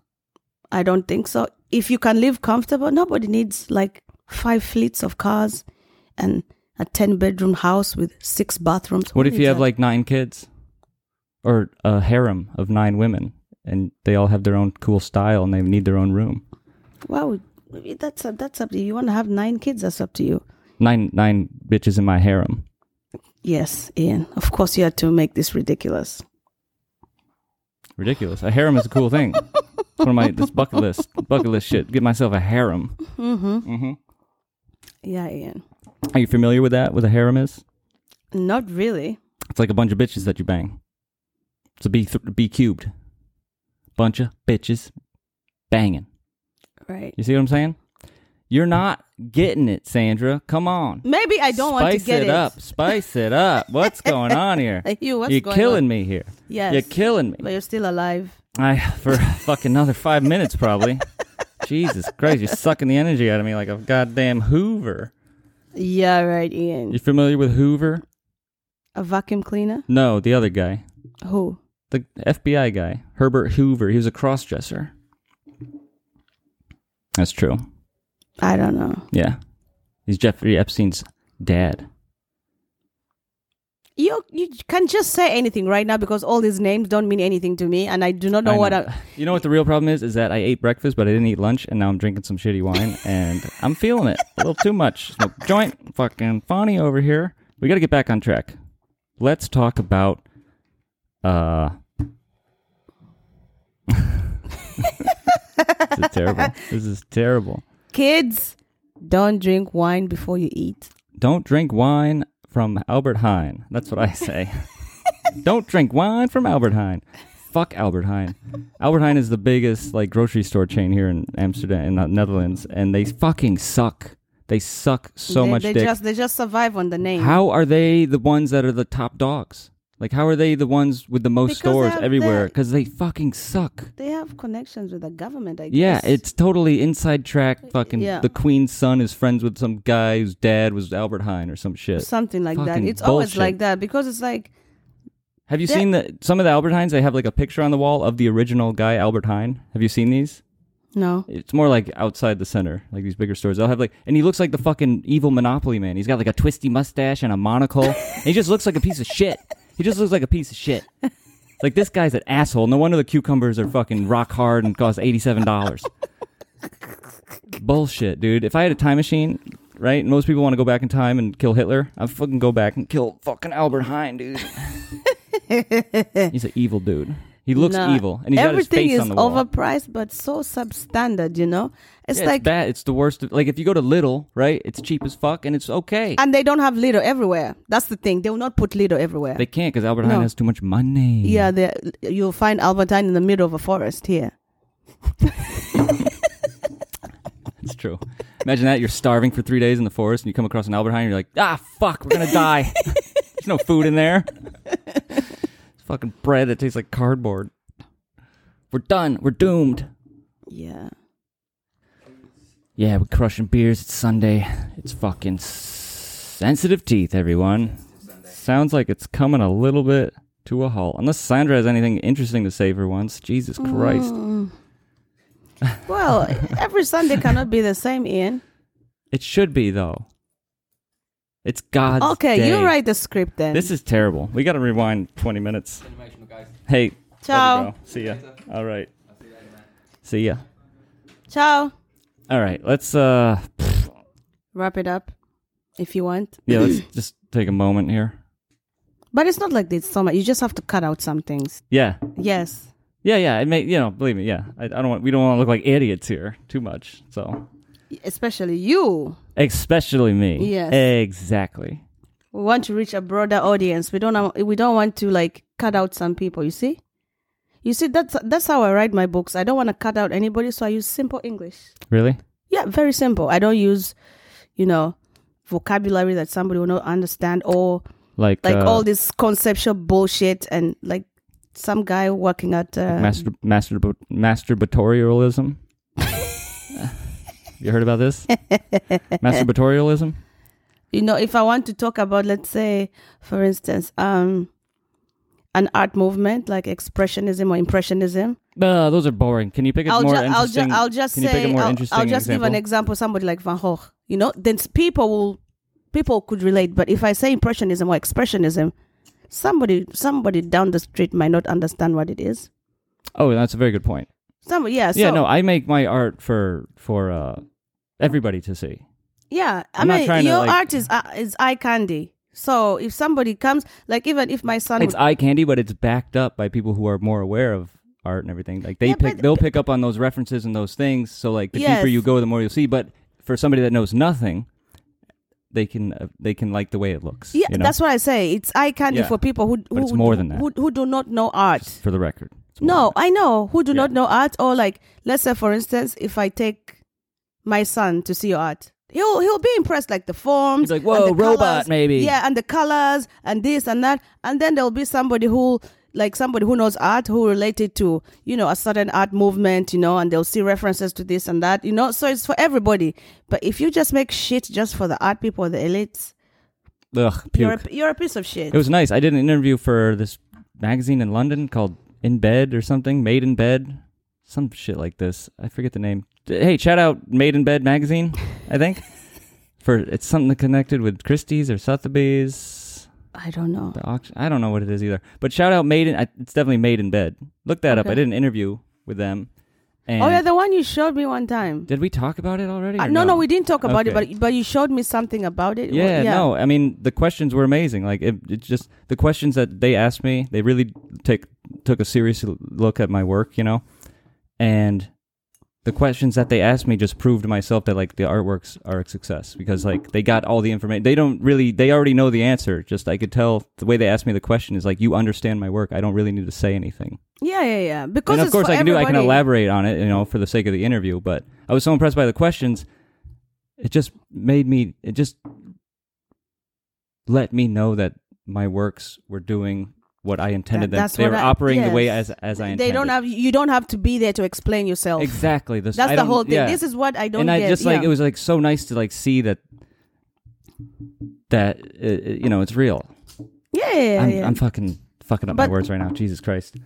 C: I don't think so. If you can live comfortable, nobody needs like five fleets of cars and a 10 bedroom house with six bathrooms.
B: What if
C: Who
B: you
C: needs
B: have
C: that?
B: like nine kids or a harem of nine women and they all have their own cool style and they need their own room?
C: Wow, that's up, that's up to you. You want to have nine kids? That's up to you.
B: Nine nine bitches in my harem.
C: Yes, Ian. Of course, you had to make this ridiculous.
B: Ridiculous. A harem is a cool thing. It's one of my this bucket list, bucket list shit. Get myself a harem.
C: Yeah, Ian.
B: Are you familiar with that? What a harem is?
C: Not really.
B: It's like a bunch of bitches that you bang. It's a B th- B cubed. Bunch of bitches banging.
C: Right.
B: You see what I'm saying? You're not getting it, Sandra. Come on.
C: Maybe I don't want to
B: Spice
C: get it.
B: up. Spice it up. What's going on here?
C: You, what's
B: are
C: going
B: killing
C: on?
B: me here.
C: Yes.
B: You're killing me.
C: But you're still alive.
B: I for fucking another five minutes probably. Jesus Christ, you're sucking the energy out of me like a goddamn Hoover.
C: Yeah, right, Ian.
B: You familiar with Hoover?
C: A vacuum cleaner?
B: No, the other guy,
C: Who?
B: the FBI guy, Herbert Hoover. He was a crossdresser. That's true.
C: I don't know.
B: Yeah, he's Jeffrey Epstein's dad.
C: You you can just say anything right now because all these names don't mean anything to me, and I do not know,
B: I
C: what
B: know.
C: I.
B: You know what the real problem is? Is that I ate breakfast, but I didn't eat lunch, and now I'm drinking some shitty wine, and I'm feeling it a little too much. Smoke joint, fucking funny over here. We got to get back on track. Let's talk about. Uh, this is terrible. This is terrible.
C: Kids, don't drink wine before you eat.
B: Don't drink wine from Albert Heijn. That's what I say. Don't drink wine from Albert Heijn. Fuck Albert Heijn. Albert Heijn is the biggest like grocery store chain here in Amsterdam in the Netherlands, and they fucking suck. They suck so
C: they,
B: much
C: they
B: dick.
C: just they just survive on the name.
B: how are they the ones that are the top dogs? Like how are they the ones with the most
C: Because
B: stores
C: they're-
B: everywhere?
C: they're-
B: Because they fucking suck.
C: They have connections with the government, I
B: Yeah,
C: guess.
B: it's totally inside track. Fucking
C: Uh, Yeah.
B: the queen's son is friends with some guy whose dad was Albert Heijn or some shit.
C: something like that.
B: fucking
C: It's always
B: bullshit.
C: like that because it's like
B: Have you
C: That-
B: seen the some of the Albert Heijns? They have like a picture on the wall of the original guy Albert Heijn. Have you seen these?
C: no.
B: It's more like outside the center, like these bigger stores. They'll have like, and he looks like the fucking evil Monopoly man. He's got like a twisty mustache and a monocle. and he just looks like a piece of shit. He just looks like a piece of shit. It's Like this guy's an asshole. No wonder the cucumbers are fucking rock hard and cost eighty seven dollars. Bullshit, dude. If I had a time machine, right? and Most people want to go back in time and kill Hitler. I'd fucking go back and kill fucking Albert Heijn, dude. He's an evil dude. He looks
C: Nah.
B: evil, and he's got
C: everything
B: his face
C: is
B: on the wall.
C: overpriced but so substandard, you know? It's
B: Yeah,
C: like
B: it's bad. It's the worst. Of, like if you go to Little, right? It's cheap as fuck, and it's okay.
C: and they don't have Lido everywhere. That's the thing. They will not put Lido everywhere.
B: they can't because Albert Heijn
C: No.
B: has too much money.
C: yeah, they- you'll find Albertine in the middle of a forest here.
B: it's true. Imagine that you're starving for three days in the forest, and you come across an Albert Heijn, and you're like, ah, fuck, we're gonna die. There's no food in there. it's fucking bread that tastes like cardboard. We're done. We're doomed.
C: Yeah.
B: Yeah, we're crushing beers. It's Sunday. It's fucking sensitive teeth, everyone. Sounds like it's coming a little bit to a halt. Unless Sandra has anything interesting to say for once. Jesus Christ.
C: Mm. Well, every Sunday cannot be the same, Ian.
B: It should be, though. It's God's
C: Okay,
B: day.
C: you write the script then.
B: This is terrible. We got to rewind 20 minutes.
E: Informational guys.
B: Hey. love you,
C: Ciao.
B: bro. See ya. All right. See ya.
C: Ciao.
B: All right. Let's, uh,
C: Wrap it up if you want.
B: yeah, let's just take a moment here.
C: But it's not like this so much. You just have to cut out some things.
B: Yeah.
C: Yes.
B: Yeah, yeah. It may, you know, believe me. Yeah, I, I don't want. We don't want to look like idiots here too much. So,
C: Especially you.
B: especially me.
C: Yes.
B: Exactly.
C: We want to reach a broader audience. We don't we don't want to like cut out some people, you see? You see that's that's how I write my books. I don't want to cut out anybody, so I use simple English.
B: Really?
C: Yeah, very simple. I don't use, you know, vocabulary that somebody will not understand or
B: Like
C: like
B: uh,
C: all this conceptual bullshit and like some guy working at uh,
B: mastur- masturb- masturbatorialism. you heard about this? masturbatorialism.
C: you know if i want to talk about let's say for instance um an art movement like expressionism or impressionism
B: No, those are boring. Can you pick a
C: i'll,
B: more
C: ju- I'll, ju-
B: interesting?
C: I'll just
B: can you pick a
C: say
B: more
C: i'll,
B: interesting
C: I'll just
B: example?
C: give an example somebody like van gogh you know then s- people will people could relate but if i say impressionism or expressionism somebody somebody down the street might not understand what it is
B: oh, that's a very good point.
C: somebody yeah
B: yeah,
C: so-
B: no, I make my art for for uh, everybody to see.
C: Yeah, I
B: I'm not
C: mean,
B: trying to,
C: your
B: like-
C: art is uh, is eye candy. So if somebody comes, like even if my son,
B: It's
C: would,
B: eye candy, but it's backed up by people who are more aware of art and everything. Like they
C: Yeah,
B: pick,
C: but-
B: they'll pick up on those references and those things. So like the deeper
C: Yes.
B: you go, the more you'll see. But for somebody that knows nothing, they can uh, they can like the way it looks.
C: Yeah,
B: you know?
C: that's what I say. It's eye candy
B: Yeah.
C: for people who who,
B: it's more than that.
C: who who do not know art.
B: for the record. It's more
C: No, I know who do not
B: Yeah.
C: know art. Or like, let's say for instance, if I take my son to see your art, he'll he'll be impressed like the forms.
B: He's like,
C: and
B: "Whoa,
C: the
B: robot,
C: colours."
B: maybe.
C: Yeah, and the colors and this and that, and then there'll be somebody who like somebody who knows art who related to you know a certain art movement you know and they'll see references to this and that you know so it's for everybody but if you just make shit just for the art people the elites
B: Ugh, puke.
C: you're a, you're a piece of shit
B: It was nice. I did an interview for this magazine in London called In Bed or something, Made in Bed, some shit like this. I forget the name. D- Hey, shout out Made in Bed magazine, I think. for it's something connected with Christie's or Sotheby's.
C: i don't know
B: The auction. I don't know what it is either. But shout out Made in. I- It's definitely Made in Bed. Look that up.
C: Okay.
B: I did an interview with them. And
C: Oh yeah, the one you showed me one time.
B: did we talk about it already?
C: Uh,
B: or
C: no, no, we didn't talk about
B: Okay.
C: it, but but you showed me something about it.
B: Yeah,
C: Well,
B: no, I mean the questions were amazing. Like it, it's just the questions that they asked me. They really take took a serious l- look at my work, you know, and the questions that they asked me just proved to myself that like the artworks are a success because like they got all the information. They don't really, they already know the answer. Just I could tell the way they asked me the question is like you understand my work. I don't really need to say anything.
C: yeah, yeah, yeah. Because
B: And of
C: it's
B: course,
C: for
B: I can do. I can
C: everybody.
B: elaborate on it, you know, for the sake of the interview. But I was so impressed by the questions. It just made me. It just let me know that my works were doing what I intended
C: That-
B: them.
C: that's
B: They
C: what
B: were
C: I-
B: operating the way
C: yes.
B: as as I intended.
C: They don't have you. Don't have to be there to explain yourself.
B: exactly. This,
C: That's
B: I don't-
C: the whole thing.
B: yeah.
C: This is what I
B: And
C: don't.
B: I
C: get.
B: just like
C: yeah.
B: it was like so nice to like see that that uh, uh, you know it's real.
C: Yeah, yeah, yeah.
B: I'm,
C: yeah.
B: I'm fucking fucking up
C: But-
B: my words right now. Jesus Christ.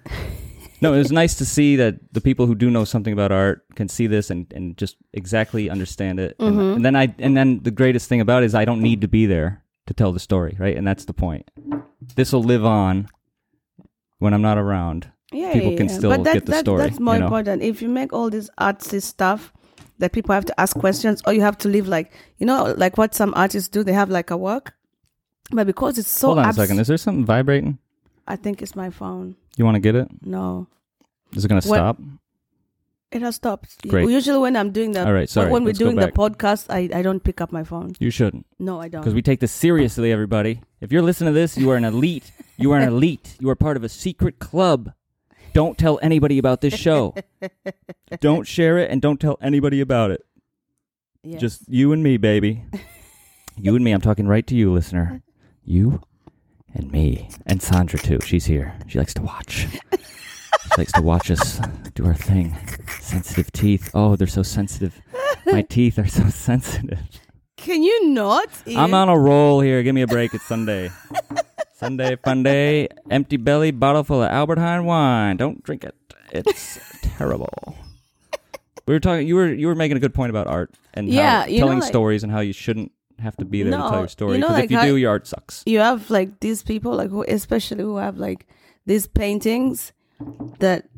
B: no, it was nice to see that the people who do know something about art can see this and, and just exactly understand it. And-
C: Mm-hmm.
B: And, then I and then the greatest thing about it is I don't need to be there to tell the story, right? And that's the point. This will live on when I'm not around.
C: yeah,
B: people
C: yeah,
B: can
C: yeah.
B: still
C: but that,
B: get the
C: that-
B: story,
C: That's more
B: you know?
C: important. If you make all this artsy stuff that people have to ask questions, or you have to live like you know, like what some artists do. They have like a work, but because it's so.
B: Hold on
C: abs-
B: a second. Is there something vibrating?
C: I think it's my phone.
B: You want to get it?
C: No.
B: Is it going to
C: What-
B: stop?
C: It has stopped.
B: Great.
C: Usually, when I'm doing the
B: All right, sorry.
C: when we're
B: Let's go
C: doing the
B: back.
C: podcast, I, I don't pick up my phone.
B: You shouldn't,
C: No, I don't.
B: because we take this seriously, everybody. If you're listening to this, you are an elite. You are an elite. You are part of a secret club. Don't tell anybody about this show. don't share it and don't tell anybody about it.
C: Yes.
B: Just you and me, baby. you and me. I'm talking right to you, listener. You and me. And Sandra, too. She's here. She likes to watch. She likes to watch us do our thing. Sensitive teeth. Oh, they're so sensitive. My teeth are so sensitive.
C: can you not?
B: I'm
C: Ian?
B: on a roll here. Give me a break. It's Sunday. Sunday, fun day. Empty belly, bottle full of Albert Heijn wine. Don't drink it. It's terrible. We were talking. You were you were making a good point about art and
C: Yeah,
B: how,
C: you know,
B: telling
C: like-
B: stories and how you shouldn't have to be there to
C: No,
B: tell your story
C: you know,
B: because
C: like
B: if you
C: how-
B: do, your art sucks.
C: You have like these people, like who, especially who have like these paintings that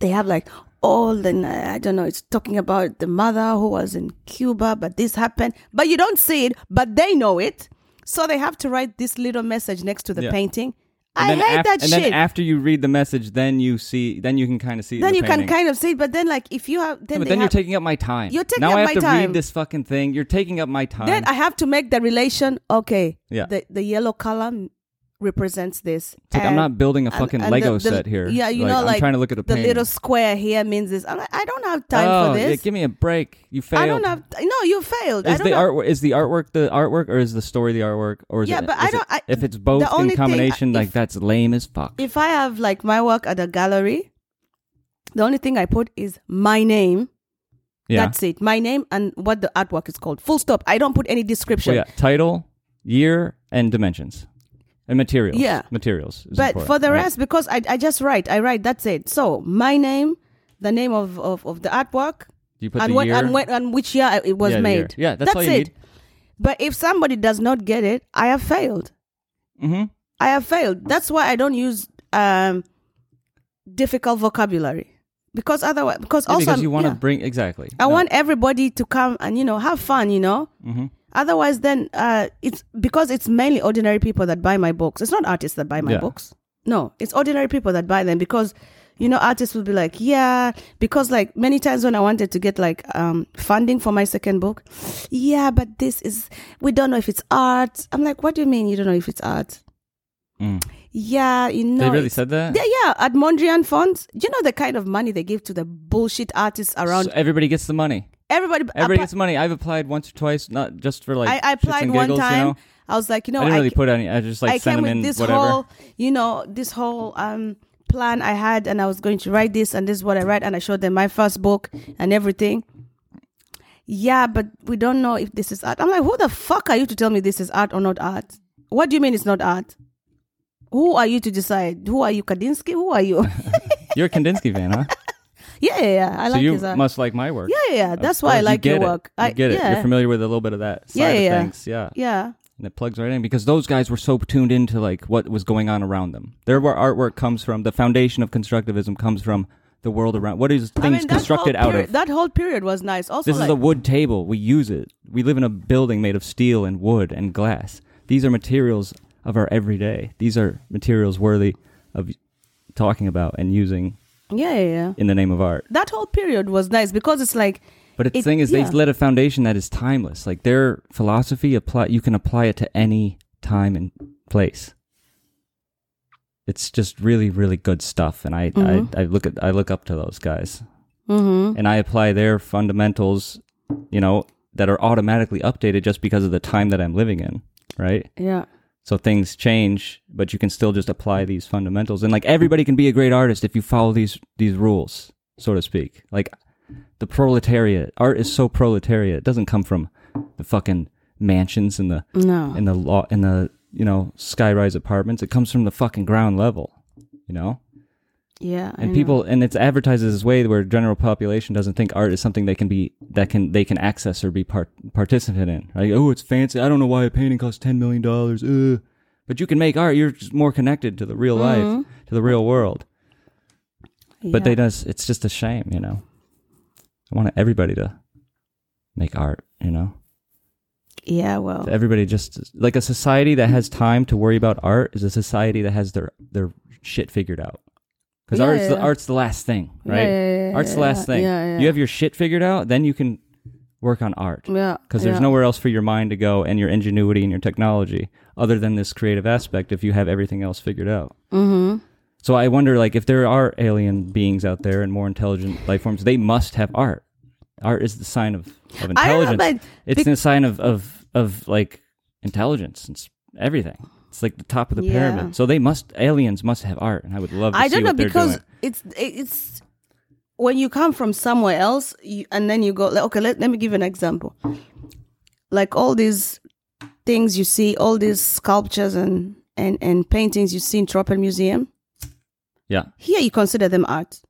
C: they have like all the I don't know. It's talking about the mother who was in Cuba, but this happened, but you don't see it, but they know it, so they have to write this little message next to the
B: Yeah.
C: painting.
B: And
C: I
B: then
C: hate
B: af-
C: that
B: And
C: shit.
B: then after you read the message, then you see. Then you can kind of see. it in
C: then
B: the
C: you can
B: painting.
C: kind of see it, but then like if you have then
B: But
C: they
B: then you're
C: have-
B: taking up my time.
C: You're taking
B: now
C: up
B: I have
C: my
B: to
C: time.
B: read this fucking thing. You're taking up my time.
C: Then I have to make the relation. Okay,
B: Yeah.
C: the the yellow column represents this.
B: It's like, I'm
C: and-
B: not building a
C: and-
B: fucking
C: and
B: Lego
C: the- the-
B: set here.
C: Yeah, you know,
B: I'm
C: like
B: trying to look at a
C: the
B: painting.
C: little square here means this. I'm like, I don't have time
B: oh,
C: for
B: yeah,
C: this.
B: give me a break. You failed.
C: I don't have. No, you failed. I
B: Is
C: don't
B: the
C: have-
B: artwork is the artwork the artwork or is the story the artwork or is
C: Yeah,
B: it,
C: but I
B: is it-
C: don't- I-
B: if it's both
C: the only
B: in
C: thing-
B: combination
C: if-
B: like that's lame as fuck.
C: If I have like my work at a gallery, the only thing I put is my name.
B: yeah.
C: That's it. My name and what the artwork is called. Full stop. I don't put any description.
B: Well, yeah, title, year, and dimensions, and materials.
C: Yeah.
B: materials. is
C: but
B: important,
C: for the
B: right?
C: rest because I, I just write i write that's it so my name the name of, of, of the artwork
B: you put
C: and,
B: the
C: what,
B: year.
C: and, when, and which year it was
B: Yeah, the year.
C: made
B: Yeah, that's all you
C: it
B: need.
C: but if somebody does not get it i have failed
B: Mhm.
C: i have failed that's why i don't use um, difficult vocabulary because otherwise because
B: Yeah,
C: also
B: because
C: I'm-
B: you want to
C: yeah.
B: bring exactly.
C: I
B: No.
C: want everybody to come and you know have fun, you know.
B: Mm-hmm.
C: Otherwise, then uh, it's because it's mainly ordinary people that buy my books. It's not artists that buy my
B: Yeah.
C: books. No, it's ordinary people that buy them because you know, artists would be like, yeah, because like many times when I wanted to get like um, funding for my second book, yeah, but this is, we don't know if it's art. I'm like, what do you mean you don't know if it's art?
B: Mm.
C: Yeah, you know.
B: they really
C: it's-
B: said that.
C: Yeah, yeah, at Mondrian Fund, you know the kind of money they give to the bullshit artists around.
B: So everybody gets the money.
C: everybody,
B: Everybody
C: appa-
B: gets the money. I've applied once or twice, not just for like.
C: I, I
B: shits
C: applied
B: and
C: one
B: giggles,
C: time.
B: You know?
C: I was like, you know,
B: I didn't really
C: ca-
B: put any. I just like
C: I
B: sent
C: came
B: them in
C: with this
B: whatever.
C: whole, you know, this whole um plan I had, and I was going to write this, and this is what I write, and I showed them my first book and everything. Yeah, but we don't know if this is art. I'm like, who the fuck are you to tell me this is art or not art? What do you mean it's not art? Who are you to decide? Who are you, Kadinsky? Who are you?
B: You're a Kandinsky fan, huh?
C: yeah, yeah, yeah. I
B: so
C: like
B: you
C: his art.
B: must like my work.
C: yeah, yeah, yeah.
B: Of
C: That's why I
B: course, you
C: like your
B: get it.
C: work.
B: You
C: I
B: get it.
C: Yeah,
B: You're familiar with a little bit of that side
C: Yeah,
B: of
C: yeah.
B: things. Yeah.
C: yeah.
B: and it plugs right in because those guys were so tuned into like what was going on around them. Their wor- artwork comes from the foundation of constructivism comes from the world around. What is things
C: I mean, that
B: constructed
C: whole
B: out
C: period,
B: of?
C: That whole period was nice. Also,
B: This
C: like,
B: is a wood table. We use it. We live in a building made of steel and wood and glass. These are materials of our everyday. These are materials worthy of talking about and using
C: yeah, yeah, yeah.
B: in the name of art.
C: that whole period was nice because it's like
B: But the
C: It-
B: thing is,
C: yeah.
B: they've led a foundation that is timeless. Like their philosophy, apply you can apply it to any time and place. It's just really, really good stuff, and I,
C: Mm-hmm.
B: I, I look at, I look up to those guys, mm-hmm. and I apply their fundamentals, you know, that are automatically updated just because of the time that I'm living in, right?
C: yeah
B: So things change, but you can still just apply these fundamentals. And like everybody can be a great artist if you follow these these rules, so to speak. Like the proletariat, art is so proletariat. It doesn't come from the fucking mansions and the
C: no
B: in the law in the you know sky rise apartments. It comes from the fucking ground level, you know.
C: yeah I
B: And
C: know.
B: people and it's advertised as this way where general population doesn't think art is something they can be that can they can access or be part participant in. Like, oh, it's fancy. I don't know why a painting costs ten million dollars. Uh. But you can make art. You're just more connected to the real life, to the real world. But
C: Mm-hmm. Yeah.
B: they does. It's just a shame, you know. I want everybody to make art. You know,
C: yeah well
B: everybody just like a society that has time to worry about art is a society that has their their shit figured out. Because
C: Yeah,
B: art's the
C: yeah.
B: art's the last thing, right?
C: Yeah, yeah, yeah,
B: art's the
C: yeah,
B: last thing.
C: yeah, yeah.
B: You have your shit figured out, then you can work on art.
C: yeah
B: Because there's
C: yeah.
B: nowhere else for your mind to go and your ingenuity and your technology other than this creative aspect if you have everything else figured out. Mm-hmm. So I wonder, like, if there are alien beings out there and more intelligent life forms, they must have art. Art is the sign of, of
C: I don't know,
B: intelligence.
C: but
B: it's
C: bec-
B: the sign of, of, of, like, intelligence. It's everything. It's like the top of the
C: Yeah.
B: pyramid. So they must, aliens must have art. And I would love to
C: I
B: see
C: don't
B: what
C: know
B: they're
C: because
B: doing.
C: it's it's when you come from somewhere else you, and then you go like, okay let, let me give you an example like all these things you see all these sculptures and and and paintings you see in Tropen Museum
B: Yeah.
C: here you consider them art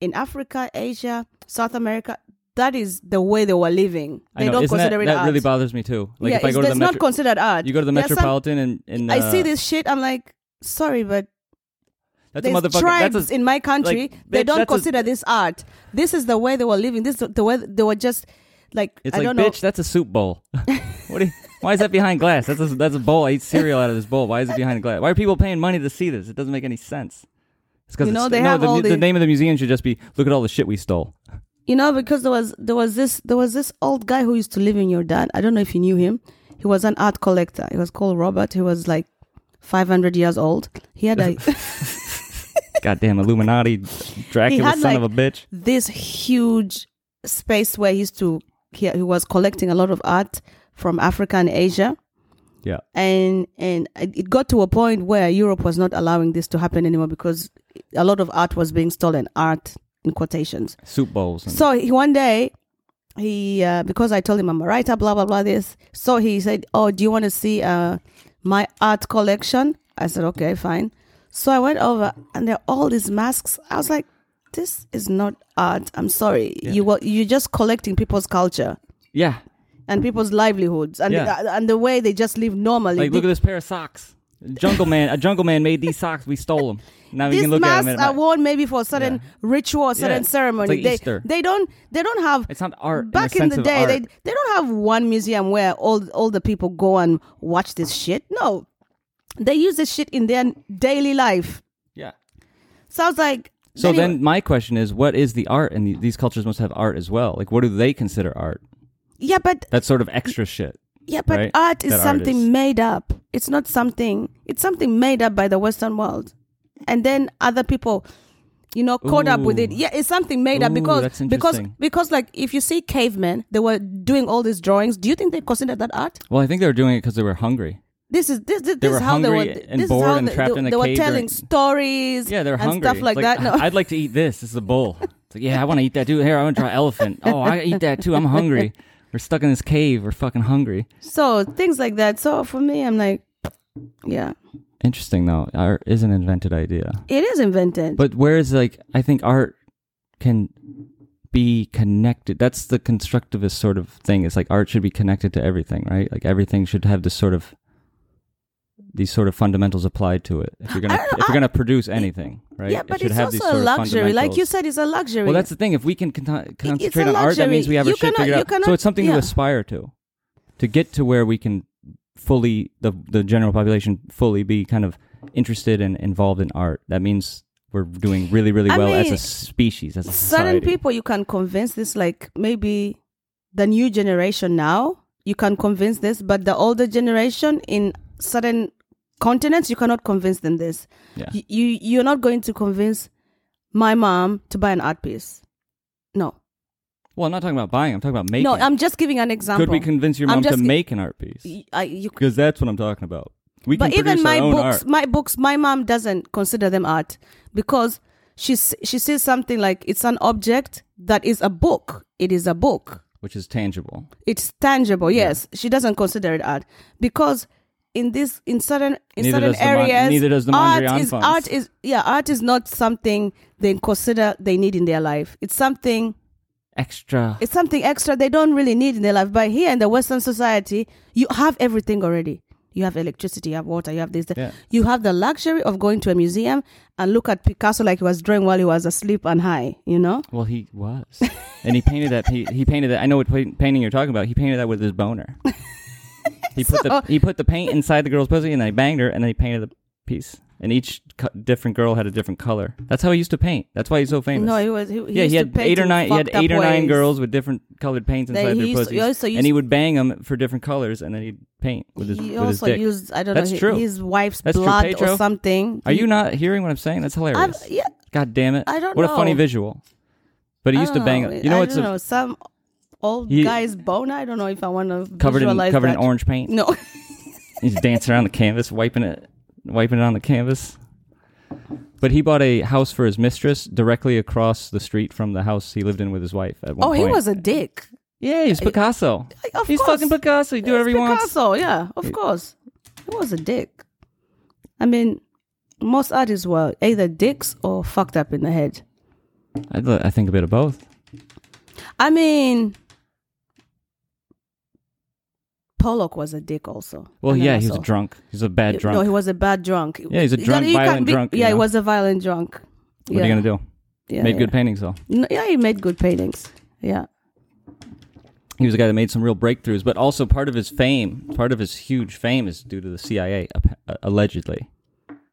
C: in Africa Asia South America that is the way they were living
B: I
C: they
B: know.
C: don't
B: Isn't that,
C: consider it
B: that
C: art
B: really bothers me too. Like
C: yeah,
B: if I
C: it's,
B: go to the
C: that's not
B: metro-
C: considered art.
B: you go to the
C: There are some-
B: metropolitan and, and
C: I see
B: uh,
C: this shit. I'm like, sorry, but
B: That's a
C: there's
B: motherfucker.
C: tribes
B: that's a,
C: in my country.
B: like,
C: they
B: bitch,
C: don't
B: that's a-
C: consider this art. This is the way they were living. This is the way they were just like.
B: It's
C: I
B: like,
C: don't
B: bitch, that's a soup bowl. what? do you- why is that behind glass? That's a, that's a bowl. I eat cereal out of this bowl. Why is it behind glass? Why are people paying money to see this? It doesn't make any sense. It's because
C: You know,
B: it's,
C: they
B: no,
C: have
B: the,
C: all
B: mu- the
C: these-
B: name of the museum should just be "Look at all the shit we stole."
C: know. You know, because there was there was this there was this old guy who used to live in your dad. I don't know if you knew him. He was an art collector. He was called Robert. He was like 500 years old. He had a.
B: Goddamn Illuminati, Dracula,
C: had,
B: son of a
C: like-
B: bitch.
C: this huge space where he used to he, he was collecting a lot of art from Africa and Asia.
B: Yeah.
C: And and it it got to a point where Europe was not allowing this to happen anymore because a lot of art was being stolen, art in quotations.
B: Soup bowls. And,
C: So he, one day, he uh, because I told him I'm a writer, blah blah blah. This, so he said, "Oh, do you want to see uh, my art collection?" I said, "Okay, fine." So I went over, and there are all these masks. I was like, "This is not art. I'm sorry. You were you're just collecting people's culture
B: yeah,
C: and people's livelihoods and uh,
B: Yeah.
C: and the way they just live normally."
B: like look at
C: Th-
B: this pair of socks. Jungle man, a jungle man made these socks. We stole them. Now you
C: these
B: can look at
C: masks
B: them.
C: are worn maybe for a certain
B: Yeah.
C: ritual, a certain
B: It's
C: ceremony.
B: like
C: they
B: Easter.
C: they don't they don't have
B: it's not art. in
C: back
B: the,
C: in
B: sense
C: the
B: of
C: day they
B: art.
C: they don't have one museum where all all the people go and watch this shit no they use this shit in their daily life
B: yeah.
C: so i was like
B: So
C: Anyway.
B: then my question is, what is the art? And the, these cultures must have art as well. Like, what do they consider art?
C: Yeah, but
B: That's sort of extra shit.
C: yeah, but
B: right?
C: art is
B: That art
C: something
B: is-
C: made up. It's not something. It's something made up by the Western world, and then other people, you know, caught up with it.
B: Ooh.
C: Yeah, it's something made up
B: Ooh,
C: because
B: that's
C: because
B: interesting.
C: because like if you see cavemen, they were doing all these drawings. Do you think they considered that art?
B: Well, I think they were doing it because they were hungry.
C: This is this this,
B: They were
C: this is how they were.
B: hungry and
C: this
B: bored
C: is how
B: and
C: they,
B: trapped in
C: they,
B: a
C: they were
B: cave
C: telling
B: during-
C: stories.
B: Yeah, they're
C: and
B: hungry.
C: stuff like, that. No,
B: I'd like to eat this. This is a bowl. It's like, yeah, I want to eat that too. Here, I want to try elephant. Oh, I eat that too. I'm hungry. We're stuck in this cave. We're fucking hungry.
C: so things like that. So for me, I'm like, yeah,
B: Interesting though. Art is an invented idea.
C: it is invented.
B: But whereas like I think art can be connected. That's the constructivist sort of thing. It's like art should be connected to everything, right? Like everything should have this sort of these sort of fundamentals applied to it. If you're gonna
C: I don't know,
B: if you're
C: I-
B: gonna produce anything, right?
C: yeah,
B: It
C: but
B: should
C: it's
B: have these
C: also a
B: sort of
C: luxury. Like you
B: fundamentals.
C: said, it's a luxury.
B: Well, that's the thing. If we can con- concentrate
C: a
B: on art, that means we have our
C: luxury.
B: shit
C: You cannot-
B: figured out.
C: you
B: so
C: cannot-
B: it's something
C: yeah.
B: to aspire to, to get to where we can fully the the general population fully be kind of interested and involved in art. That means we're doing really really
C: I
B: well as
C: mean,
B: a species, as a society.
C: certain people you can convince this. Like maybe the new generation now, you can convince this, but the older generation in certain continents, you cannot convince them this.
B: Yeah.
C: Y- You you're not going to convince my mom to buy an art piece. No,
B: Well, I'm not talking about buying. I'm talking about making.
C: no. I'm just giving an example.
B: Could we convince your
C: I'm
B: mom to
C: just-
B: make an art piece?
C: Y- I- you
B: Because that's what I'm talking about. We
C: but
B: can
C: even
B: produce
C: my
B: our own
C: books
B: art.
C: my books my mom doesn't consider them art because she s- she sees something like it's an object that is a book it is a book
B: Which is tangible.
C: it's tangible yes she doesn't consider it art because in this in certain in
B: Neither
C: certain
B: does the Mon-
C: areas
B: neither does the Mondrian
C: art is
B: funds.
C: art is yeah art is not something they consider they need in their life it's something
B: Extra.
C: it's something extra they don't really need in their life. But here in the Western society, you have everything already. You have electricity, you have water, you have this. that.
B: Yeah.
C: You have the luxury of going to a museum and look at Picasso like he was drawing while he was asleep and high. You know,
B: Well, he was, and he painted that. He, he painted that. I know what pa- painting you're talking about. He painted that with his boner. He put the
C: So-
B: he put the paint inside the girl's pussy, and then he banged her, and then he painted the piece. And each co- different girl had a different color. That's how he used to paint. That's why he's so famous.
C: no, he was. He, he
B: yeah,
C: used
B: he
C: to
B: had
C: paint
B: eight or
C: in
B: nine. He had
C: fucked up
B: eight or nine
C: ways.
B: girls with different colored paints
C: They-
B: inside
C: he
B: their
C: used to-
B: pussies,
C: he also
B: and he
C: used-
B: would bang them for different colors, and then he'd paint with his
C: He
B: with his
C: also
B: dick.
C: used I don't
B: That's
C: know his,
B: true.
C: his wife's
B: That's true,
C: blood
B: Pedro.
C: or something.
B: Are you not hearing what I'm saying? That's
C: I've,
B: hilarious.
C: yeah,
B: God damn it!
C: I don't
B: what a
C: know.
B: funny visual. But he
C: I
B: used to
C: don't
B: bang.
C: know.
B: You know
C: I
B: it's
C: don't
B: a-
C: know some old
B: He-
C: guy's bone. I don't know if I want to
B: covered in
C: visualize
B: covered in
C: that.
B: orange paint.
C: No,
B: He's dancing around the canvas, wiping it, wiping it on the canvas. But he bought a house for his mistress directly across the street from the house he lived in with his wife at one
C: oh, he
B: point.
C: was a dick.
B: yeah, he's Picasso.
C: Of
B: he's
C: course.
B: fucking Picasso. He do
C: It's
B: whatever he wants.
C: Picasso, yeah, of course. He was a dick. I mean, most artists were either dicks or fucked up in the head.
B: I, th- I think a bit of both.
C: I mean, Pollock was a dick also.
B: Well,
C: I
B: yeah,
C: never
B: he was a
C: saw.
B: drunk. He's a bad drunk.
C: No, he was a bad drunk.
B: Yeah, he's a
C: You
B: drunk,
C: gotta- you can't
B: violent
C: be-
B: drunk, you
C: Yeah,
B: know.
C: he was a violent drunk.
B: what are you gonna do?
C: Yeah,
B: made
C: yeah.
B: good paintings though.
C: No, yeah, he made good paintings. Yeah.
B: He was a guy that made some real breakthroughs, but also part of his fame, part of his huge fame, is due to the CIA ap- uh, allegedly,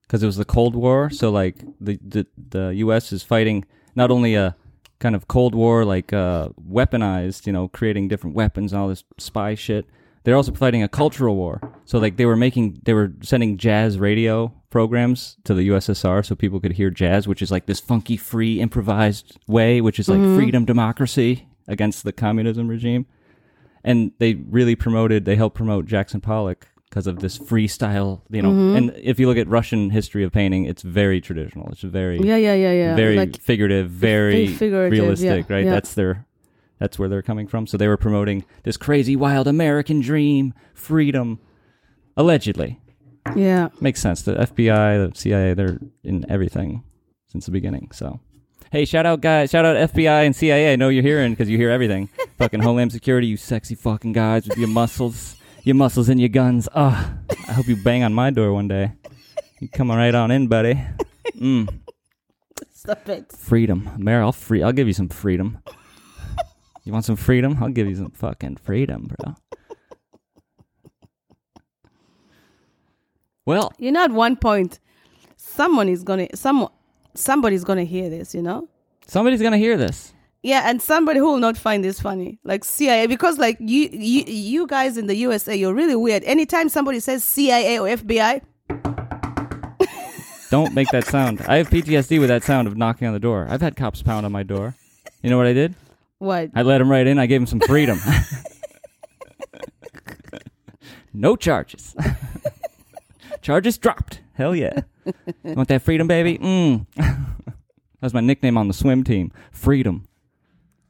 B: because it was the Cold War. So like the, the the U.S. is fighting not only a kind of Cold War like uh, weaponized, you know, creating different weapons and all this spy shit. They're also fighting a cultural war. So like they were making, they were sending jazz radio programs to the USSR so people could hear jazz, which is like this funky, free, improvised way, which is like freedom, democracy against the communism regime and they really promoted they helped promote jackson pollock because of this freestyle you know
C: Mm-hmm.
B: and if you look at russian history of painting it's very traditional it's very
C: Yeah, yeah, yeah, yeah.
B: very
C: like,
B: figurative very
C: fi- figurative,
B: realistic
C: yeah,
B: right
C: yeah.
B: that's their that's where they're coming from so they were promoting this crazy wild american dream freedom allegedly
C: yeah.
B: makes sense the fbi the cia they're in everything since the beginning so hey shout out guys shout out fbi and cia i know you're hearing because you hear everything fucking homeland security you sexy fucking guys with your muscles your muscles and your guns Ah, i hope you bang on my door one day you coming right on in buddy
C: Stop it.
B: freedom mayor i'll free i'll give you some freedom you want some freedom i'll give you some fucking freedom bro well
C: You know, at one point, someone is gonna some somebody's gonna hear this, you know?
B: Somebody's gonna hear this.
C: Yeah, and somebody who will not find this funny, like CIA, because like you, you, you guys in the USA, you're really weird. Anytime somebody says CIA or FBI,
B: Don't make that sound. I have PTSD with that sound of knocking on the door. I've had cops pound on my door. You know what I did?
C: what?
B: I let him right in. I gave him some freedom. no charges. charges dropped. Hell yeah. You want that freedom, baby? Mm. that was my nickname on the swim team. Freedom.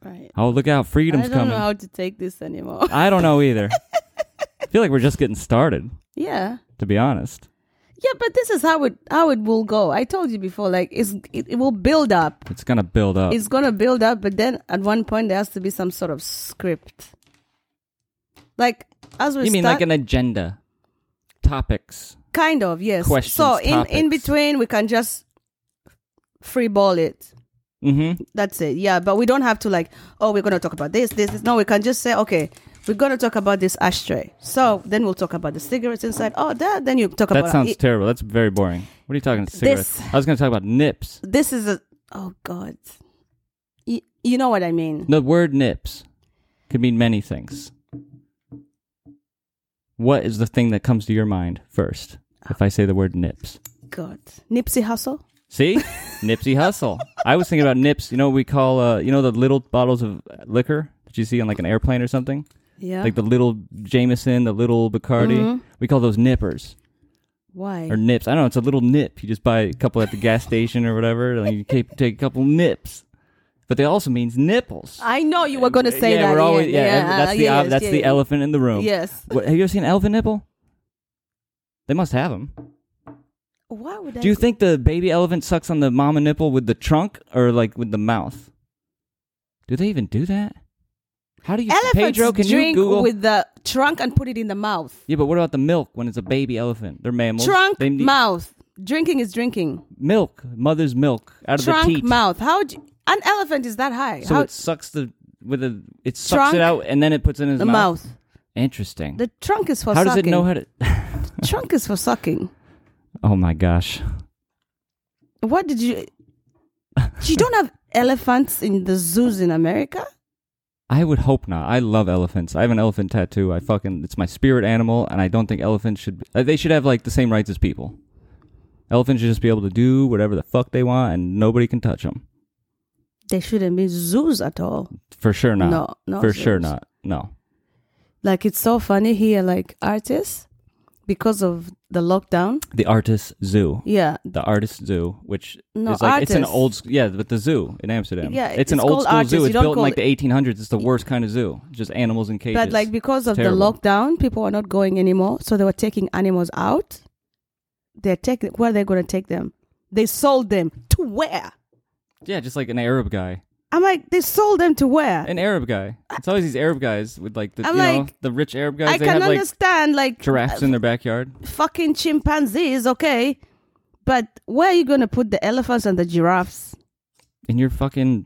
C: Right.
B: Oh, look out.
C: I
B: Freedom's
C: don't
B: coming.
C: know how to take this anymore.
B: I don't know either. I feel like we're just getting started,
C: yeah.
B: to be honest.
C: Yeah, but this is how it how it will go. I told you before, like it's it, it will build up.
B: It's going to build up.
C: It's gonna build up, but then at one point there has to be some sort of script. Like as we
B: you mean
C: start,
B: like an agenda? Topics.
C: kind of yes.
B: questions,
C: so in in
B: topics.
C: between we can just free ball it.
B: hmm
C: That's it. Yeah, but we don't have to like, oh, we're gonna talk about this, this, this. No, we can just say, okay, we're gonna talk about this ashtray. So then we'll talk about the cigarettes inside. Oh, that. Then you talk
B: That
C: about
B: sounds
C: it-
B: terrible. That's very boring. What are you talking about? Cigarettes. I was going to talk about nips.
C: this is a oh god. Y- you know what I mean?
B: The word nips could mean many things. What is the thing that comes to your mind first if I say the word nips?
C: God, Nipsey Hussle.
B: See? Nipsey Hustle. I was thinking about nips. You know what we call, uh, you know, the little bottles of liquor that you see on like an airplane or something?
C: Yeah.
B: Like the little Jameson, the little Bacardi. We call those nippers
C: Why?
B: or nips. I don't know. It's a little nip. You just buy a couple at the gas station or whatever. And you take take a couple nips. But they also means nipples.
C: I know you were gonna say
B: yeah,
C: that.
B: We're always, yeah, that's
C: uh,
B: the
C: yeah,
B: ob-
C: yes,
B: that's
C: yeah,
B: the
C: yeah.
B: elephant in the room.
C: Yes.
B: What, have you ever seen an elephant nipple? They must have them.
C: Why would I?
B: Do you think the baby elephant sucks on the mama nipple with the trunk or like with the mouth? Do they even do that? How do you
C: elephants
B: Pedro? Can
C: drink
B: you Google?
C: with the trunk and put it in the mouth?
B: yeah, but what about the milk when it's a baby elephant? They're mammals.
C: Trunk,
B: They need
C: mouth. Drinking is drinking.
B: milk, mother's milk out of the
C: Trunk,
B: teat.
C: mouth. How? d an elephant is that high?
B: So
C: How?
B: it sucks the with a it sucks
C: Trunk,
B: it out and then it puts it in his
C: the mouth.
B: Interesting.
C: The trunk is for
B: how does
C: sucking.
B: it know how to?
C: trunk is for sucking.
B: oh my gosh.
C: What did you? you don't have elephants in the zoos in America.
B: I would hope not. I love elephants. I have an elephant tattoo. I fucking it's my spirit animal, and I don't think elephants should. uh, They should have like the same rights as people. Elephants should just be able to do whatever the fuck they want, and nobody can touch them.
C: They shouldn't be zoos at all.
B: For sure not.
C: No, no
B: for sure
C: zoos.
B: not. No.
C: Like it's so funny here, like artists, because of the lockdown.
B: The artist zoo.
C: Yeah,
B: The artist zoo, which
C: No,
B: is like it's an
C: artist.
B: old s- yeah, but the zoo in Amsterdam.
C: Yeah,
B: it's, an
C: it's
B: old
C: called
B: school
C: artist.
B: zoo.
C: You
B: It's
C: don't
B: built in
C: call
B: like
C: it-
B: the 1800s. It's the worst kind of zoo. Just animals in cages.
C: but like because of the
B: Terrible.
C: lockdown, people are not going anymore, so they were taking animals out. They're taking where they're going to take them. They sold them to where?
B: yeah, just like an Arab guy.
C: I'm like, they sold them to where?
B: An Arab guy. It's always these Arab guys with like the
C: I'm
B: you know
C: like-
B: the rich Arab guys.
C: I
B: they
C: can
B: have like
C: understand, like
B: giraffes in their backyard.
C: fucking chimpanzees, okay, but where are you going to put the elephants and the giraffes?
B: In your fucking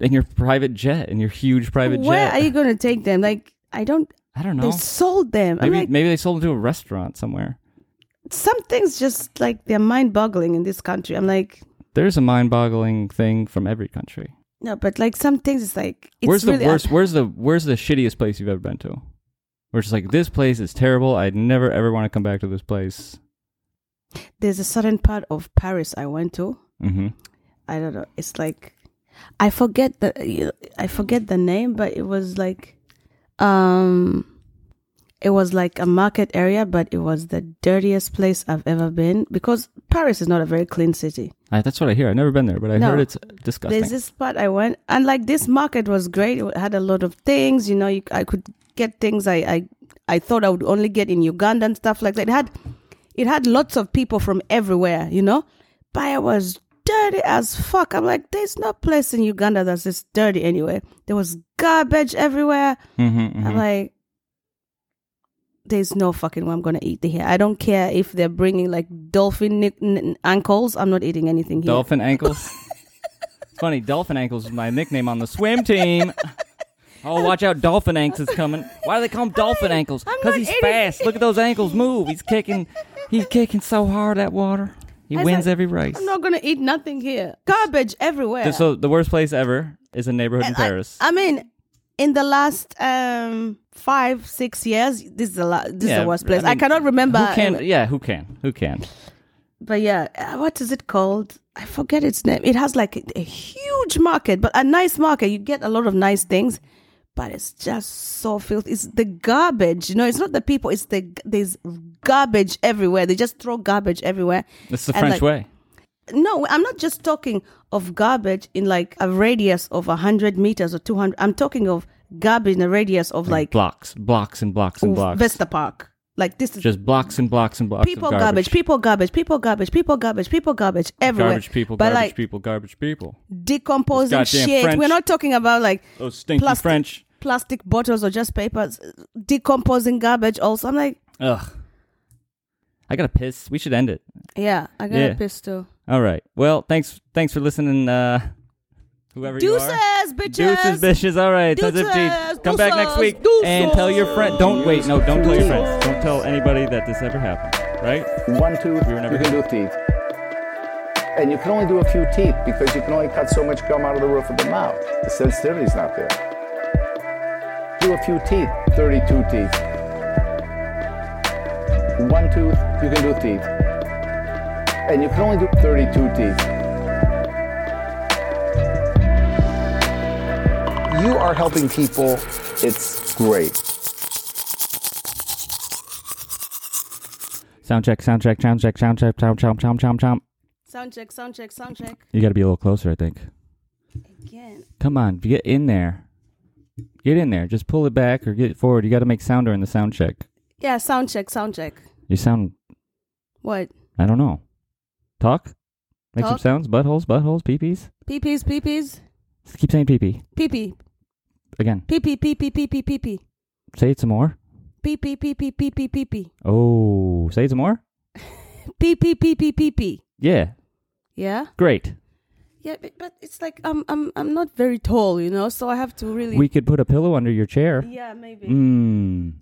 B: in your private jet, in your huge private
C: Where
B: jet.
C: are you going to take them? Like, I don't.
B: I don't know.
C: They sold them. I'm
B: Maybe
C: like,
B: maybe they sold them to a restaurant somewhere.
C: some things just like they're mind boggling in this country. I'm like,
B: There's a mind boggling thing from every country.
C: no, but like some things it's like it's
B: where's the
C: really
B: worst where's the where's the shittiest place you've ever been to? We're just like this place is terrible. I'd never ever want to come back to this place.
C: There's a certain part of Paris I went to.
B: Mm-hmm.
C: I don't know. It's like I forget the I forget the name, but it was like um it was like a market area, but it was the dirtiest place I've ever been because Paris is not a very clean city.
B: I, that's what I hear. I've never been there, but I
C: No.
B: heard it's disgusting.
C: There's this part I went, and like this market was great. It had a lot of things, you know. You, I could get things I, I I thought I would only get in Uganda and stuff like that. It had it had lots of people from everywhere, you know. But it was dirty as fuck. I'm like, there's no place in Uganda that's this dirty anyway. There was garbage everywhere.
B: Mm-hmm,
C: I'm like, there's no fucking way I'm gonna eat here. I don't care if they're bringing like dolphin ni- n- ankles. I'm not eating anything here.
B: Dolphin ankles. it's funny, dolphin ankles is my nickname on the swim team. Oh, watch out, dolphin ankles is coming. Why do they call him dolphin ankles?
C: I'm
B: Because
C: not
B: he's
C: eating-
B: fast. Look at those ankles move. He's kicking. He's kicking so hard at water. He
C: I
B: wins
C: said,
B: every race.
C: I'm not gonna eat nothing here. Garbage everywhere.
B: So the worst place ever is a neighborhood in
C: I-
B: Paris.
C: I, mean, in the last um five six years, this is the la- this is
B: Yeah,
C: the worst
B: I
C: place. I,
B: mean,
C: cannot remember. uh,
B: who can? Yeah, who can? Who can?
C: But yeah, uh, what is it called? I forget its name. It has like a, a huge market, but a nice market. You get a lot of nice things, but it's just so filthy. It's the garbage. You know, it's not the people. It's the there's garbage everywhere. They just throw garbage everywhere.
B: It's the
C: And,
B: French way.
C: like, No, I'm not just talking of garbage in like a radius of 100 meters or 200. I'm talking of garbage in a radius of like
B: blocks, blocks, and blocks and blocks.
C: Vesta Park. Like this is
B: Just blocks and blocks and blocks.
C: people
B: of
C: garbage. people garbage, people garbage, people garbage, people garbage everywhere.
B: garbage people,
C: but
B: garbage
C: like
B: people, garbage people.
C: decomposing
B: Those goddamn
C: shit.
B: French-
C: We're not talking about like
B: Those stinky
C: plastic,
B: French.
C: plastic bottles or just papers. Decomposing garbage also. I'm like,
B: Ugh. I gotta piss. We should end it.
C: yeah, I got
B: Yeah.
C: a pistol.
B: All right. Well, thanks. Thanks for listening. Uh, whoever
C: Deuces,
B: you are.
C: bitches.
B: Deuces, bitches. All right. That's it,
C: Deuces,
B: G. Come back next
C: deuces,
B: week and tell your friend. Don't wait. No, don't tell your friends. Don't tell anybody that this ever happened. Right?
A: One tooth,
B: We were never
A: you can do teeth. And you can only do a few teeth because you can only cut so much gum out of the roof of the mouth. The sensitivity is not there. Do a few teeth, 32 teeth. One tooth, you can do teeth. And you can only do 32 teeth. You are helping people, it's great.
B: Sound check. Sound check. Sound check. Sound check. Chomp. Chomp. Chomp. Chomp. Chomp.
C: Sound check, sound check, sound check.
B: You got to be a little closer, I think.
C: Again.
B: Come on, get in there. Get in there. Just pull it back or get it forward. You got to make sound during the sound check.
C: Yeah, sound check, sound check.
B: You sound,
C: What?
B: I don't know. Talk? Make some
C: Talk.
B: sounds. Buttholes, buttholes, peepees.
C: Peepees, peepees,
B: Keep saying peepee.
C: peepee,
B: Again.
C: peepee, peepee, peepee, peepee,
B: Say it some more.
C: peepee, peepee, peepee, peepee,
B: Oh, say it some more?
C: peepee, peepee, peepee.
B: Yeah.
C: Yeah,
B: Great.
C: yeah, but, but it's like I'm I'm I'm not very tall, you know, so I have to really.
B: We could put a pillow under your chair.
C: yeah, maybe.
B: Mmm.